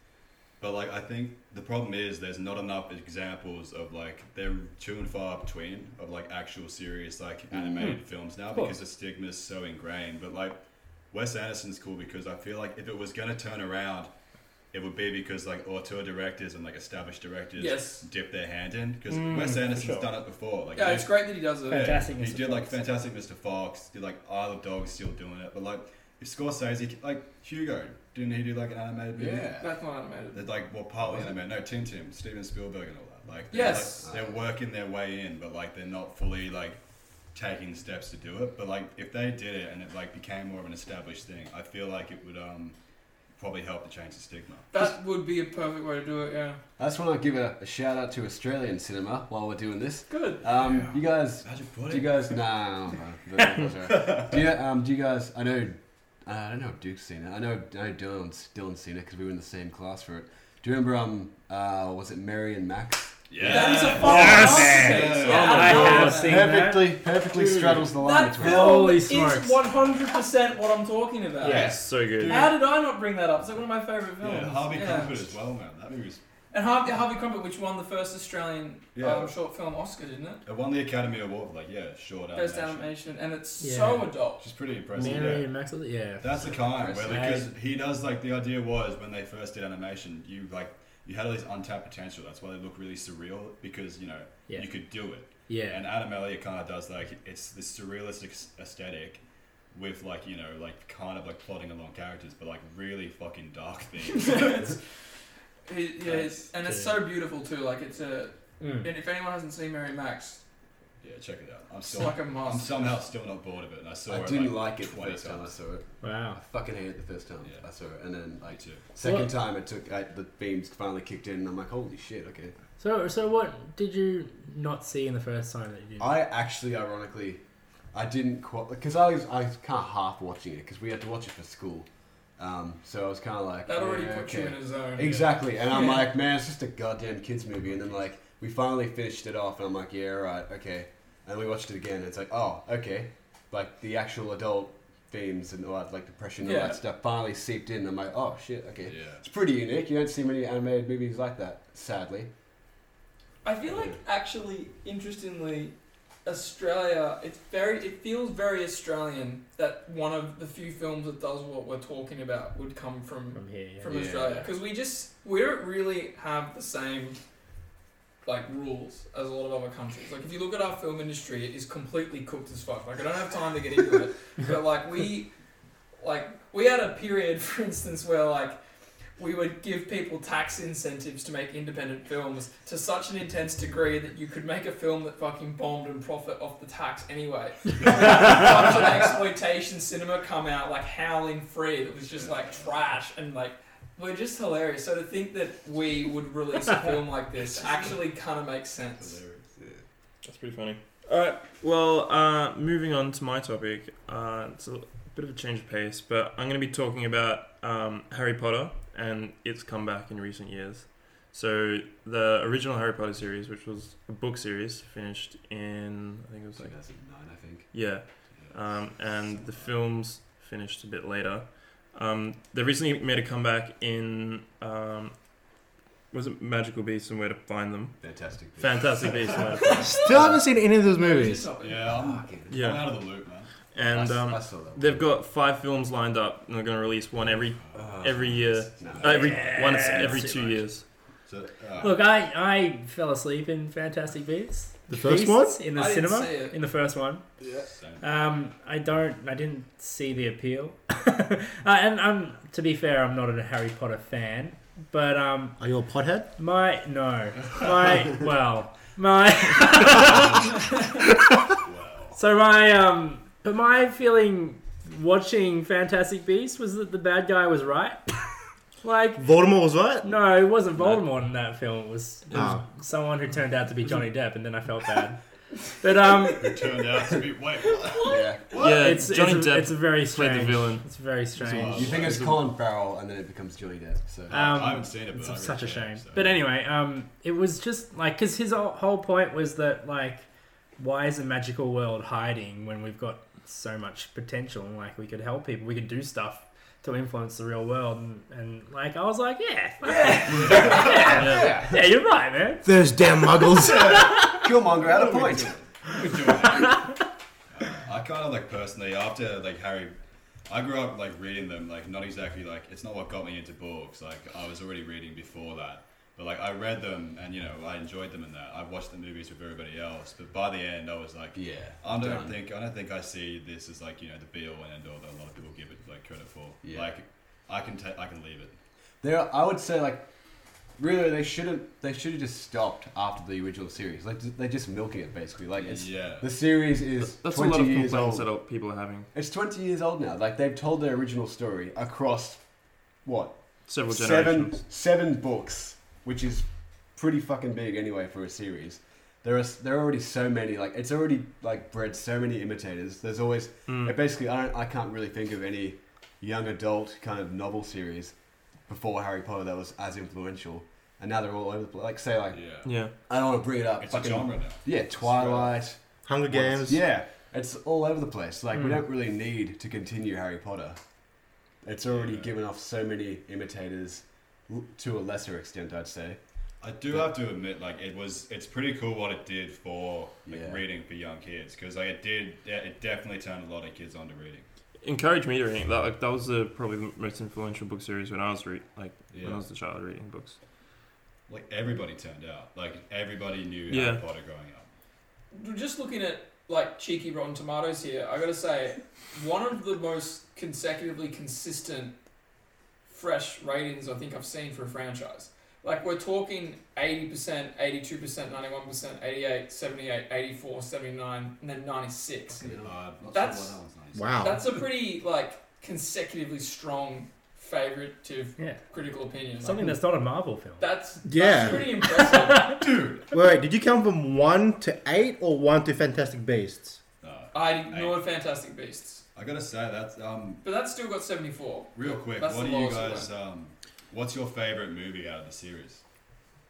But like I think the problem is there's not enough examples of like they're few and far between of like actual serious like animated films now because the stigma is so ingrained. But like Wes Anderson's cool because I feel like if it was gonna turn around, it would be because like auteur directors and like established directors
Yes.
dip their hand in because Wes Anderson's
sure.
done it before. Like
Yeah,
he-
it's great that he does it.
Yeah. Fantastic
he
Mr.
did like
Fox.
Fantastic Mr. Fox. Did like Isle of Dogs still doing it, but like if Scorsese like Hugo didn't he do like an animated movie?
yeah,
That's not animated.
They're like, well, partly anime. No, Tim Tim, Steven Spielberg, and all that. Like, they're,
Yes. Ah.
like, they're working their way in, but like they're not fully like taking steps to do it. But like, if they did it and it like became more of an established thing, I feel like it would um probably help to change the stigma.
That would be a perfect way to do it. Yeah.
that's when I give a, a shout out to Australian cinema while we're doing this.
Good.
Um, you guys,
Imagine
do you
putting.
guys? Nah, no, sorry. do you um, do you guys? I know, uh, I don't know if Duke's seen it. I know, I know Dylan's Dylan's seen it because we were in the same class for it. Do you remember um, uh, was it Mary and Max?
Yeah. Oh,
That is a fucking
Yes.
masterpiece.
Yeah.
Yeah,
I
love
have
that.
seen that.
Oh, perfectly perfectly straddles the line
That
between.
film
Holy
is
smokes.
100% what I'm talking about.
Yeah, it's so good.
How did I not bring that up? It's like one of my favourite films.
Yeah, Harvey
Yeah.
Comfort as well, man. That movie's.
And Harvey, Harvey Crumpet, which won the first Australian
Yeah.
um, short film Oscar, didn't it?
It won the Academy Award for like yeah, short animation.
Best animation, and it's
Yeah.
so adult.
Which is pretty impressive. yeah.
Mary and Max, was it? yeah.
That's the kind where
Impressive.
because he does like the idea was when they first did animation, you like you had all these untapped potential. That's why they look really surreal because you know
Yeah.
you could do it.
Yeah.
And Adam Elliott kind of does like it's this surrealistic s- aesthetic with like you know like kind of like plotting along characters, but like really fucking dark things. It's-
It- yeah, it's, and it's so beautiful too. Like it's a.
Mm.
And if anyone hasn't seen Mary Max,
yeah, check it out. Hmm. I'm
it's
still
like a
I'm
must.
somehow still not bored of it, and I saw
I
it.
didn't like, it the
20
first time I
times.
saw it. I
Wow.
fucking hated it the first time
Yeah.
I saw it, and then
Me
like
too.
second
Well-
time it took I, the beams finally kicked in, and I'm like, holy shit, okay.
So, so what did you not see in the first time that you did?
I actually, ironically, I didn't quite because I was I was kind of half watching it because we had to watch it for school, um, so I was kind of like
That already
yeah,
puts
okay.
you in a zone.
Exactly. And I'm
Yeah.
like, man, it's just a goddamn kids movie. And then like we finally finished it off, and I'm like, yeah, all right, okay. And we watched it again. And it's like, oh, okay. Like the actual adult themes and all that, like depression and all
Yeah.
that stuff, finally seeped in. I'm like, oh shit, okay.
Yeah.
It's pretty unique. You don't see many animated movies like that, sadly.
I feel like actually, interestingly, Australia. It's very. It feels very Australian that one of the few films that does what we're talking about would come from
from here? Yeah.
from
Yeah.
Australia because we just we don't really have the same like rules as a lot of other countries. Like if you look at our film industry, it is completely cooked as fuck. Like I don't have time to get into it, but like we like we had a period, for instance, where like. We would give people tax incentives to make independent films to such an intense degree that you could make a film that fucking bombed and profit off the tax anyway. bunch of exploitation cinema come out like howling free that was just like trash and like we're just hilarious. So to think that we would release a film like this actually kind of makes sense.
Hilarious.
That's pretty funny. All right. Well, uh, moving on to my topic. Uh, it's a bit of a change of pace, but I'm going to be talking about um, Harry Potter and its comeback in recent years. So the original Harry Potter series, which was a book series, finished in I think it was like
2009, I think.
yeah, um, and the films finished a bit later. Um, they recently made a comeback in um, was it Magical Beasts and Where to Find Them?
Fantastic.
Fantastic Beasts and Where to Find Them.
Still haven't seen any of those movies.
Yeah, I'm, I'm
Yeah,
out of the loop, man.
and um,
I saw that
They've got five films lined up, and they're going to release one every
Ah,
every year,
no.
uh, every one
Yeah,
every
that's
two
too much.
years.
So, uh,
Look, I, I fell asleep in Fantastic Beasts.
The first
Beasts in the
I didn't
cinema
see it.
in the first one.
so-
Um, I don't. I didn't see the appeal. uh, and I'm to be fair, I'm not a Harry Potter fan, but um,
Are you a pothead?
my no, my well, my so my um, but my feeling watching Fantastic Beasts was that the bad guy was right. like
Voldemort was right.
no, it wasn't Voldemort in that film. It was, it was
Oh.
someone who turned out to be Johnny Depp, and then I felt bad. But um,
it turned out to be wait. What?
Yeah.
Yeah,
it's
Uh, Johnny
it's,
Depp
a, it's a very
played the
strange
villain.
It's very strange.
You think it's Colin Farrell, and then it becomes Johnny Depp. So
Um,
I haven't seen it, but
It's
I really
such a
care,
shame.
so-
But anyway, um, it was just like because his whole- whole point was that like, why is the magical world hiding when we've got so much potential and like we could help people, we could do stuff to influence the real world, and, and like I was like, yeah, fuck yeah. yeah, yeah, you're right, man.
Those damn muggles.
Killmonger out of point.
We're doing it. Uh, I kind of like personally after like Harry, I grew up like reading them. Like not exactly like it's not what got me into books. Like I was already reading before that, but like I read them and you know I enjoyed them and that. I watched the movies with everybody else, but by the end I was like,
Yeah,
I don't
done.
think I don't think I see this as like you know the be all and end all that a lot of people give it like credit for.
Yeah.
Like I can take I can leave it.
There, I would say like, really, they shouldn't. They should have just stopped after the original series. Like they're just milking it basically. Like it's
Yeah.
the series is
That's a
twenty
lot of
years
complaints
old.
that people are having.
It's twenty years old now. Like they've told their original story across what
Several
seven
generations.
seven books, which is pretty fucking big anyway for a series. There are there are already so many like it's already like bred so many imitators. There's always
Mm.
Hmm.
it basically I don't I can't really think of any young adult kind of novel series before Harry Potter that was as influential. And now they're all over the place. Like say like
Yeah.
Yeah,
I don't want to bring it up.
It's a genre now.
Yeah, Twilight.
Hunger Games.
Yeah, it's all over the place. Like we
Mm.
don't really need to continue Harry Potter. It's already
Yeah.
given off so many imitators, l- to a lesser extent, I'd say.
I do have to admit, like it was, it's pretty cool what it did for like,
Yeah.
reading for young kids because like it did, yeah, it definitely turned a lot of kids onto reading.
encourage me to reading. That like, that was the probably the most influential book series when I was re- like when
Yeah.
I was a child reading books.
Like everybody turned out, like everybody knew
Yeah.
Harry Potter growing up.
We're Just looking at like cheeky Rotten Tomatoes here, I gotta say, one of the most consecutively consistent fresh ratings I think I've seen for a franchise. Like we're talking 80%, 82%, 91%, 88, 78, 84, 79, and then 96.
Uh,
That's-
not sure why that one's nice.
Wow.
That's a pretty like consecutively strong favorite to
Yeah,
critical opinion.
something
Like,
that's not a Marvel film.
that's, that's
Yeah.
pretty impressive.
Wait, did you count from one to eight or one to Fantastic Beasts?
Uh,
I ignored Fantastic Beasts,
I gotta say that's um
but that's still got 74.
real quick.
That's
what
the
do you
lowest one.
guys um, what's your favorite movie out of the series?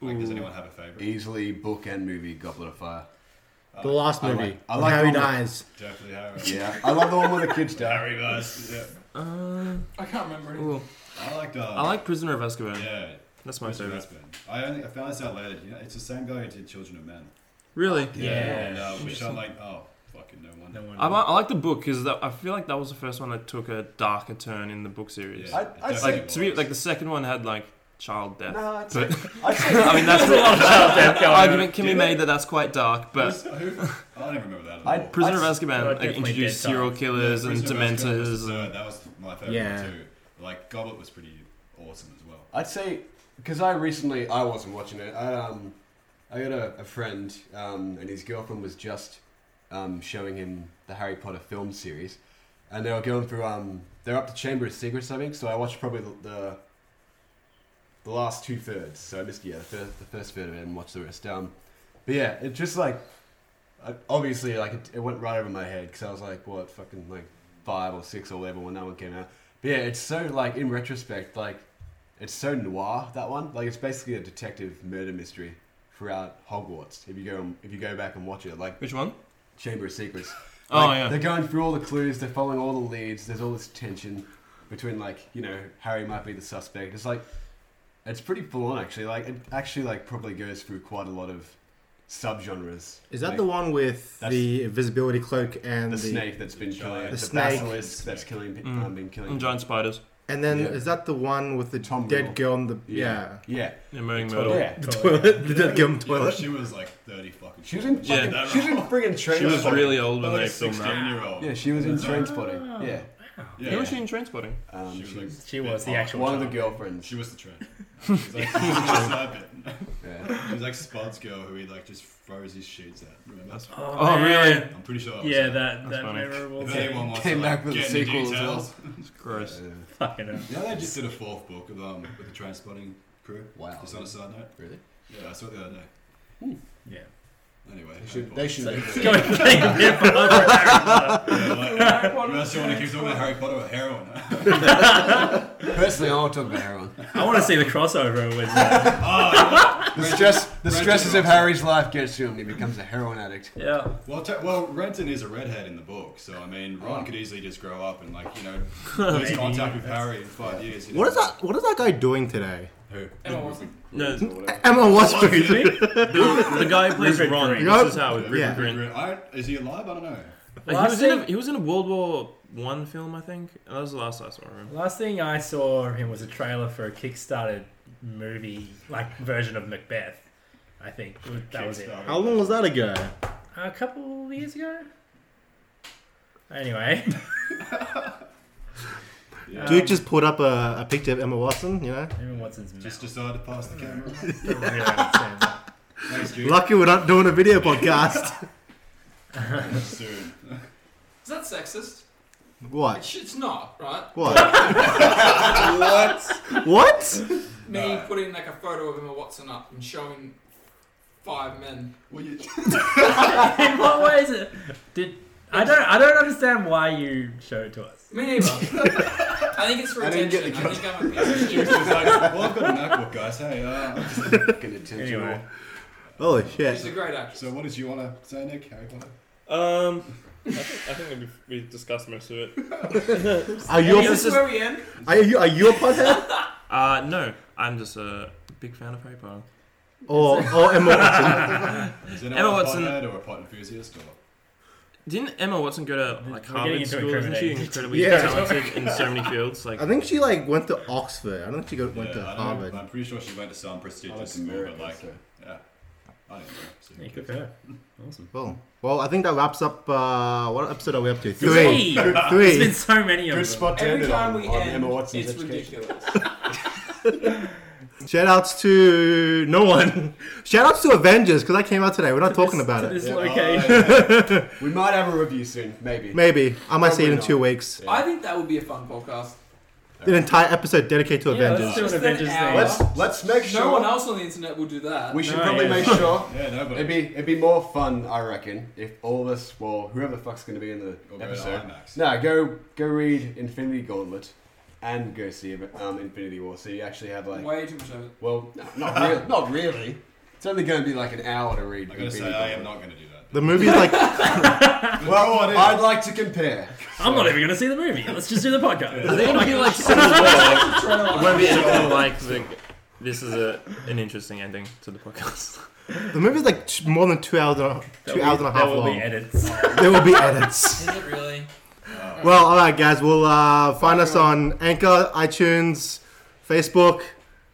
Like, does
Ooh.
anyone have a favorite?
Easily book and movie Goblet of Fire.
The last
I
movie.
like- I
when
like
Harry
the one-
dies.
Definitely Harry.
Yeah, I love the one where the kids die.
Harry guys. Yeah.
Uh,
I can't remember it.
ooh.
I liked. Um,
I like Prisoner of Azkaban.
Yeah.
That's my
Mr.
favorite.
Aspen. I only I found this out later. You know, it's the same guy who did Children of Men.
Really,
Yeah.
And, uh, which I'm like, oh, fucking no wonder.
No one.
I, li- I like the book because I feel like that was the first one that took a darker turn in the book series.
Yeah,
I-
it
I'd
definitely
Like to me,
was.
like the second one had like child death.
No, it's,
But-
I'd say
I mean, that's
death going
argument can be
Yeah.
made that that's quite dark, but
Who's- who- I don't even remember that. At all.
I-
Yeah,
Prisoner of
I'd-
I'd
Azkaban like,
definitely
introduced
dead
serial killers and
Prisoner of Azkaban was
dementors.
the
And,
third, that was my favorite
Yeah.
one too. Like Goblet was pretty awesome as well.
I'd say because I recently I wasn't watching it. I um I got a, a friend um, and his girlfriend was just um, showing him the Harry Potter film series, and they were going through um they're up to Chamber of Secrets I think. So I watched probably the the, the last two thirds. So I missed yeah the first, the first third of it and watched the rest. Um, but yeah, it just like I, obviously, like it, it went right over my head because I was like, what, fucking like five or six or whatever when that one came out. But yeah, it's so like in retrospect, like it's so noir that one. Like it's basically a detective murder mystery throughout Hogwarts. If you go if you go back and watch it, like
Which one?
Chamber of Secrets.
Oh,
Like,
yeah.
They're going through all the clues, they're following all the leads, there's all this tension between like, you know, Harry might be the suspect. It's like it's pretty full on actually. Like it actually like probably goes through quite a lot of subgenres.
Is that
Like,
the one with
That's-
the invisibility cloak and
the,
the,
snake that's been
The
killing
giant-
the,
The snake.
basilisk that's killing pe-
Mm.
um, been killing
And giant spiders.
And then
Yeah.
is that the one with the
Tom
dead
Riddle.
girl on the
Yeah.
yeah, Oh,
Yeah.
Yeah, murdering
Yeah.
Myrtle.
the toilet, the dead girl on the
Yeah,
toilet?
she was like 30 fucking.
She was in fucking,
Yeah,
that-
she was in friggin' train
She was
Spotting.
really old when
like
they
a
filmed
16
that.
year old.
Yeah, she was in train spotting. Yeah.
yeah.
Who was she in Trainspotting?
Um,
She was like,
She was the
Oh,
actual
one of the
girl.
girlfriends.
She was the trend. She was like, she was just like it.
Yeah.
She was like Spud's girl who he like just throws his shoots at. Remember?
That's-
Oh,
Oh,
man.
I'm pretty sure. I was
Yeah,
there.
that
That's
that
funny.
memorable.
If
thing.
anyone wants
Came
to, like,
back with
get
a
into
sequel as Uh,
details.
It's gross.
Yeah.
Fucking hell.
Yeah, they just did a fourth book of, um, with the train spotting crew.
Wow.
Just on a side note.
Really?
Yeah, I saw it the other day.
Yeah.
Anyway,
They
Harry
should,
Potter.
they should do
Go and play Harry Potter.
Yeah, like, unless you want to keep talking about Harry Potter with heroin. huh?
Personally, I want to talk about heroin.
I want to see the crossover with uh,
The stress, the
Reggie
stresses of
Watson.
Harry's life gets to him, and he becomes a heroin addict.
yeah.
well, te- well, Renton is a redhead in the book, so I mean, Ron could easily just grow up and like you know lose
Maybe.
contact with Harry in five years. You know?
What is that? What is that guy doing today?
Who?
Emma Watson.
No, the,
Emma Watson.
the guy who plays
Rupert
Ron.
Grint.
This is Howard. Rupert
Yeah.
Grint.
I, is he alive? I don't know.
Like, he
Last
was in a,
thing-
he was in a World War One film, I think. That was the last I saw of him.
Last thing I saw of him was a trailer for a Kickstarter movie, like version of Macbeth. I think that was it.
Kickstarter.
How long was that ago?
A couple of years ago. Anyway, Um,
Yeah.
Dude just put up a, a picture of Emma Watson. You know,
Emma Watson's mouth.
Just decided to pass the camera.
I don't really understand that.
Thanks, dude.
lucky we're not doing a video podcast.
Soon.
Is that sexist?
what?
Uh,
It's, it's not, right?
What?
what?
What?
Me
Nah.
putting like a photo of Emma Watson up and showing five men.
Well, you,
In what way is it? Did I don't I don't understand why you showed it to us.
Me neither. I think it's for
I didn't
attention.
get
I,
the
think I'm a piece of
she was
shit.
just like, well, I've got a MacBook, guys. Hey, uh,
Fucking attention.
Anyway.
Holy
She's a
shit!
great actress.
so what did you want to say, Nick? Harry Potter?
Um, I, think- I think we've- we discussed most of it.
Are you?
Is
A,
this
is-
where we end?
are you? Are you a pothead?
Uh, no, I'm just a big fan of Harry Potter.
Or or Emma Watson?
Is anyone
Emma
a
Watson-
pothead or a pot enthusiast? Or?
Didn't Emma Watson go to like
We're getting
Harvard
into
school? Isn't she
incriminating.
incredibly
Yeah.
talented in so many fields? Like,
I think she like went to Oxford. I don't think she go, went to
Yeah, I don't know.
Harvard.
I'm pretty sure she went to some prestigious school, but like, yeah. I don't know. So who
Good
cares?
for her. Awesome.
Well, well, I think that wraps up. Uh, what episode are we up to?
Three.
Three.
There's
Three.
been so many of them.
Good spot to end
Every
it
time
on,
we
on
end,
Emma Watson's
it's
education.
ridiculous.
Shout outs to no one. Shout outs to Avengers because that came out today. We're not talking about
to
it.
this
Yeah.
location.
Oh,
We might have a review soon, maybe.
Maybe I might see it
Probably
in
not.
two weeks.
I think that would be a fun podcast.
An entire episode dedicated to
Yeah,
Avengers.
let's do an
Just an
Avengers
hour.
thing.
Let's let's make
No
sure.
one else on the internet will do that.
We should
No,
probably
yeah.
make sure.
yeah. yeah, no, but
It'd be it'd be more fun, I reckon, if all of us, well, whoever the fuck's gonna be in the
Or go to
episode.
IMAX.
No, go go read Infinity Gauntlet, and go see um, Infinity War. So you actually have like,
Way too much of it.
well, no, not really, not really. It's only going to be like an hour to read.
I gotta say,
Infinity
I am
Gauntlet.
not gonna do that.
The movie's like
Well,
Go on in.
I'd like to compare.
I'm not even going to see the movie. Let's just do the podcast.
I think it'd be like Civil War. It
Trailer.
won't be anything like the, this is a, an interesting ending to the podcast.
the movie's like t- more than two hours, and a, two hours and a half
There will be
long.
edits.
There will be edits.
Is it really?
Well, all right, guys. We'll uh, find us on Anchor, iTunes, Facebook,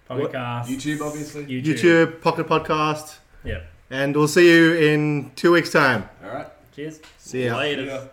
Podcast.
YouTube, obviously.
YouTube.
YouTube, Pocket Podcast,
Yep.
and we'll see you in two weeks' time.
All right.
Cheers.
See ya.
Later.
Yeah.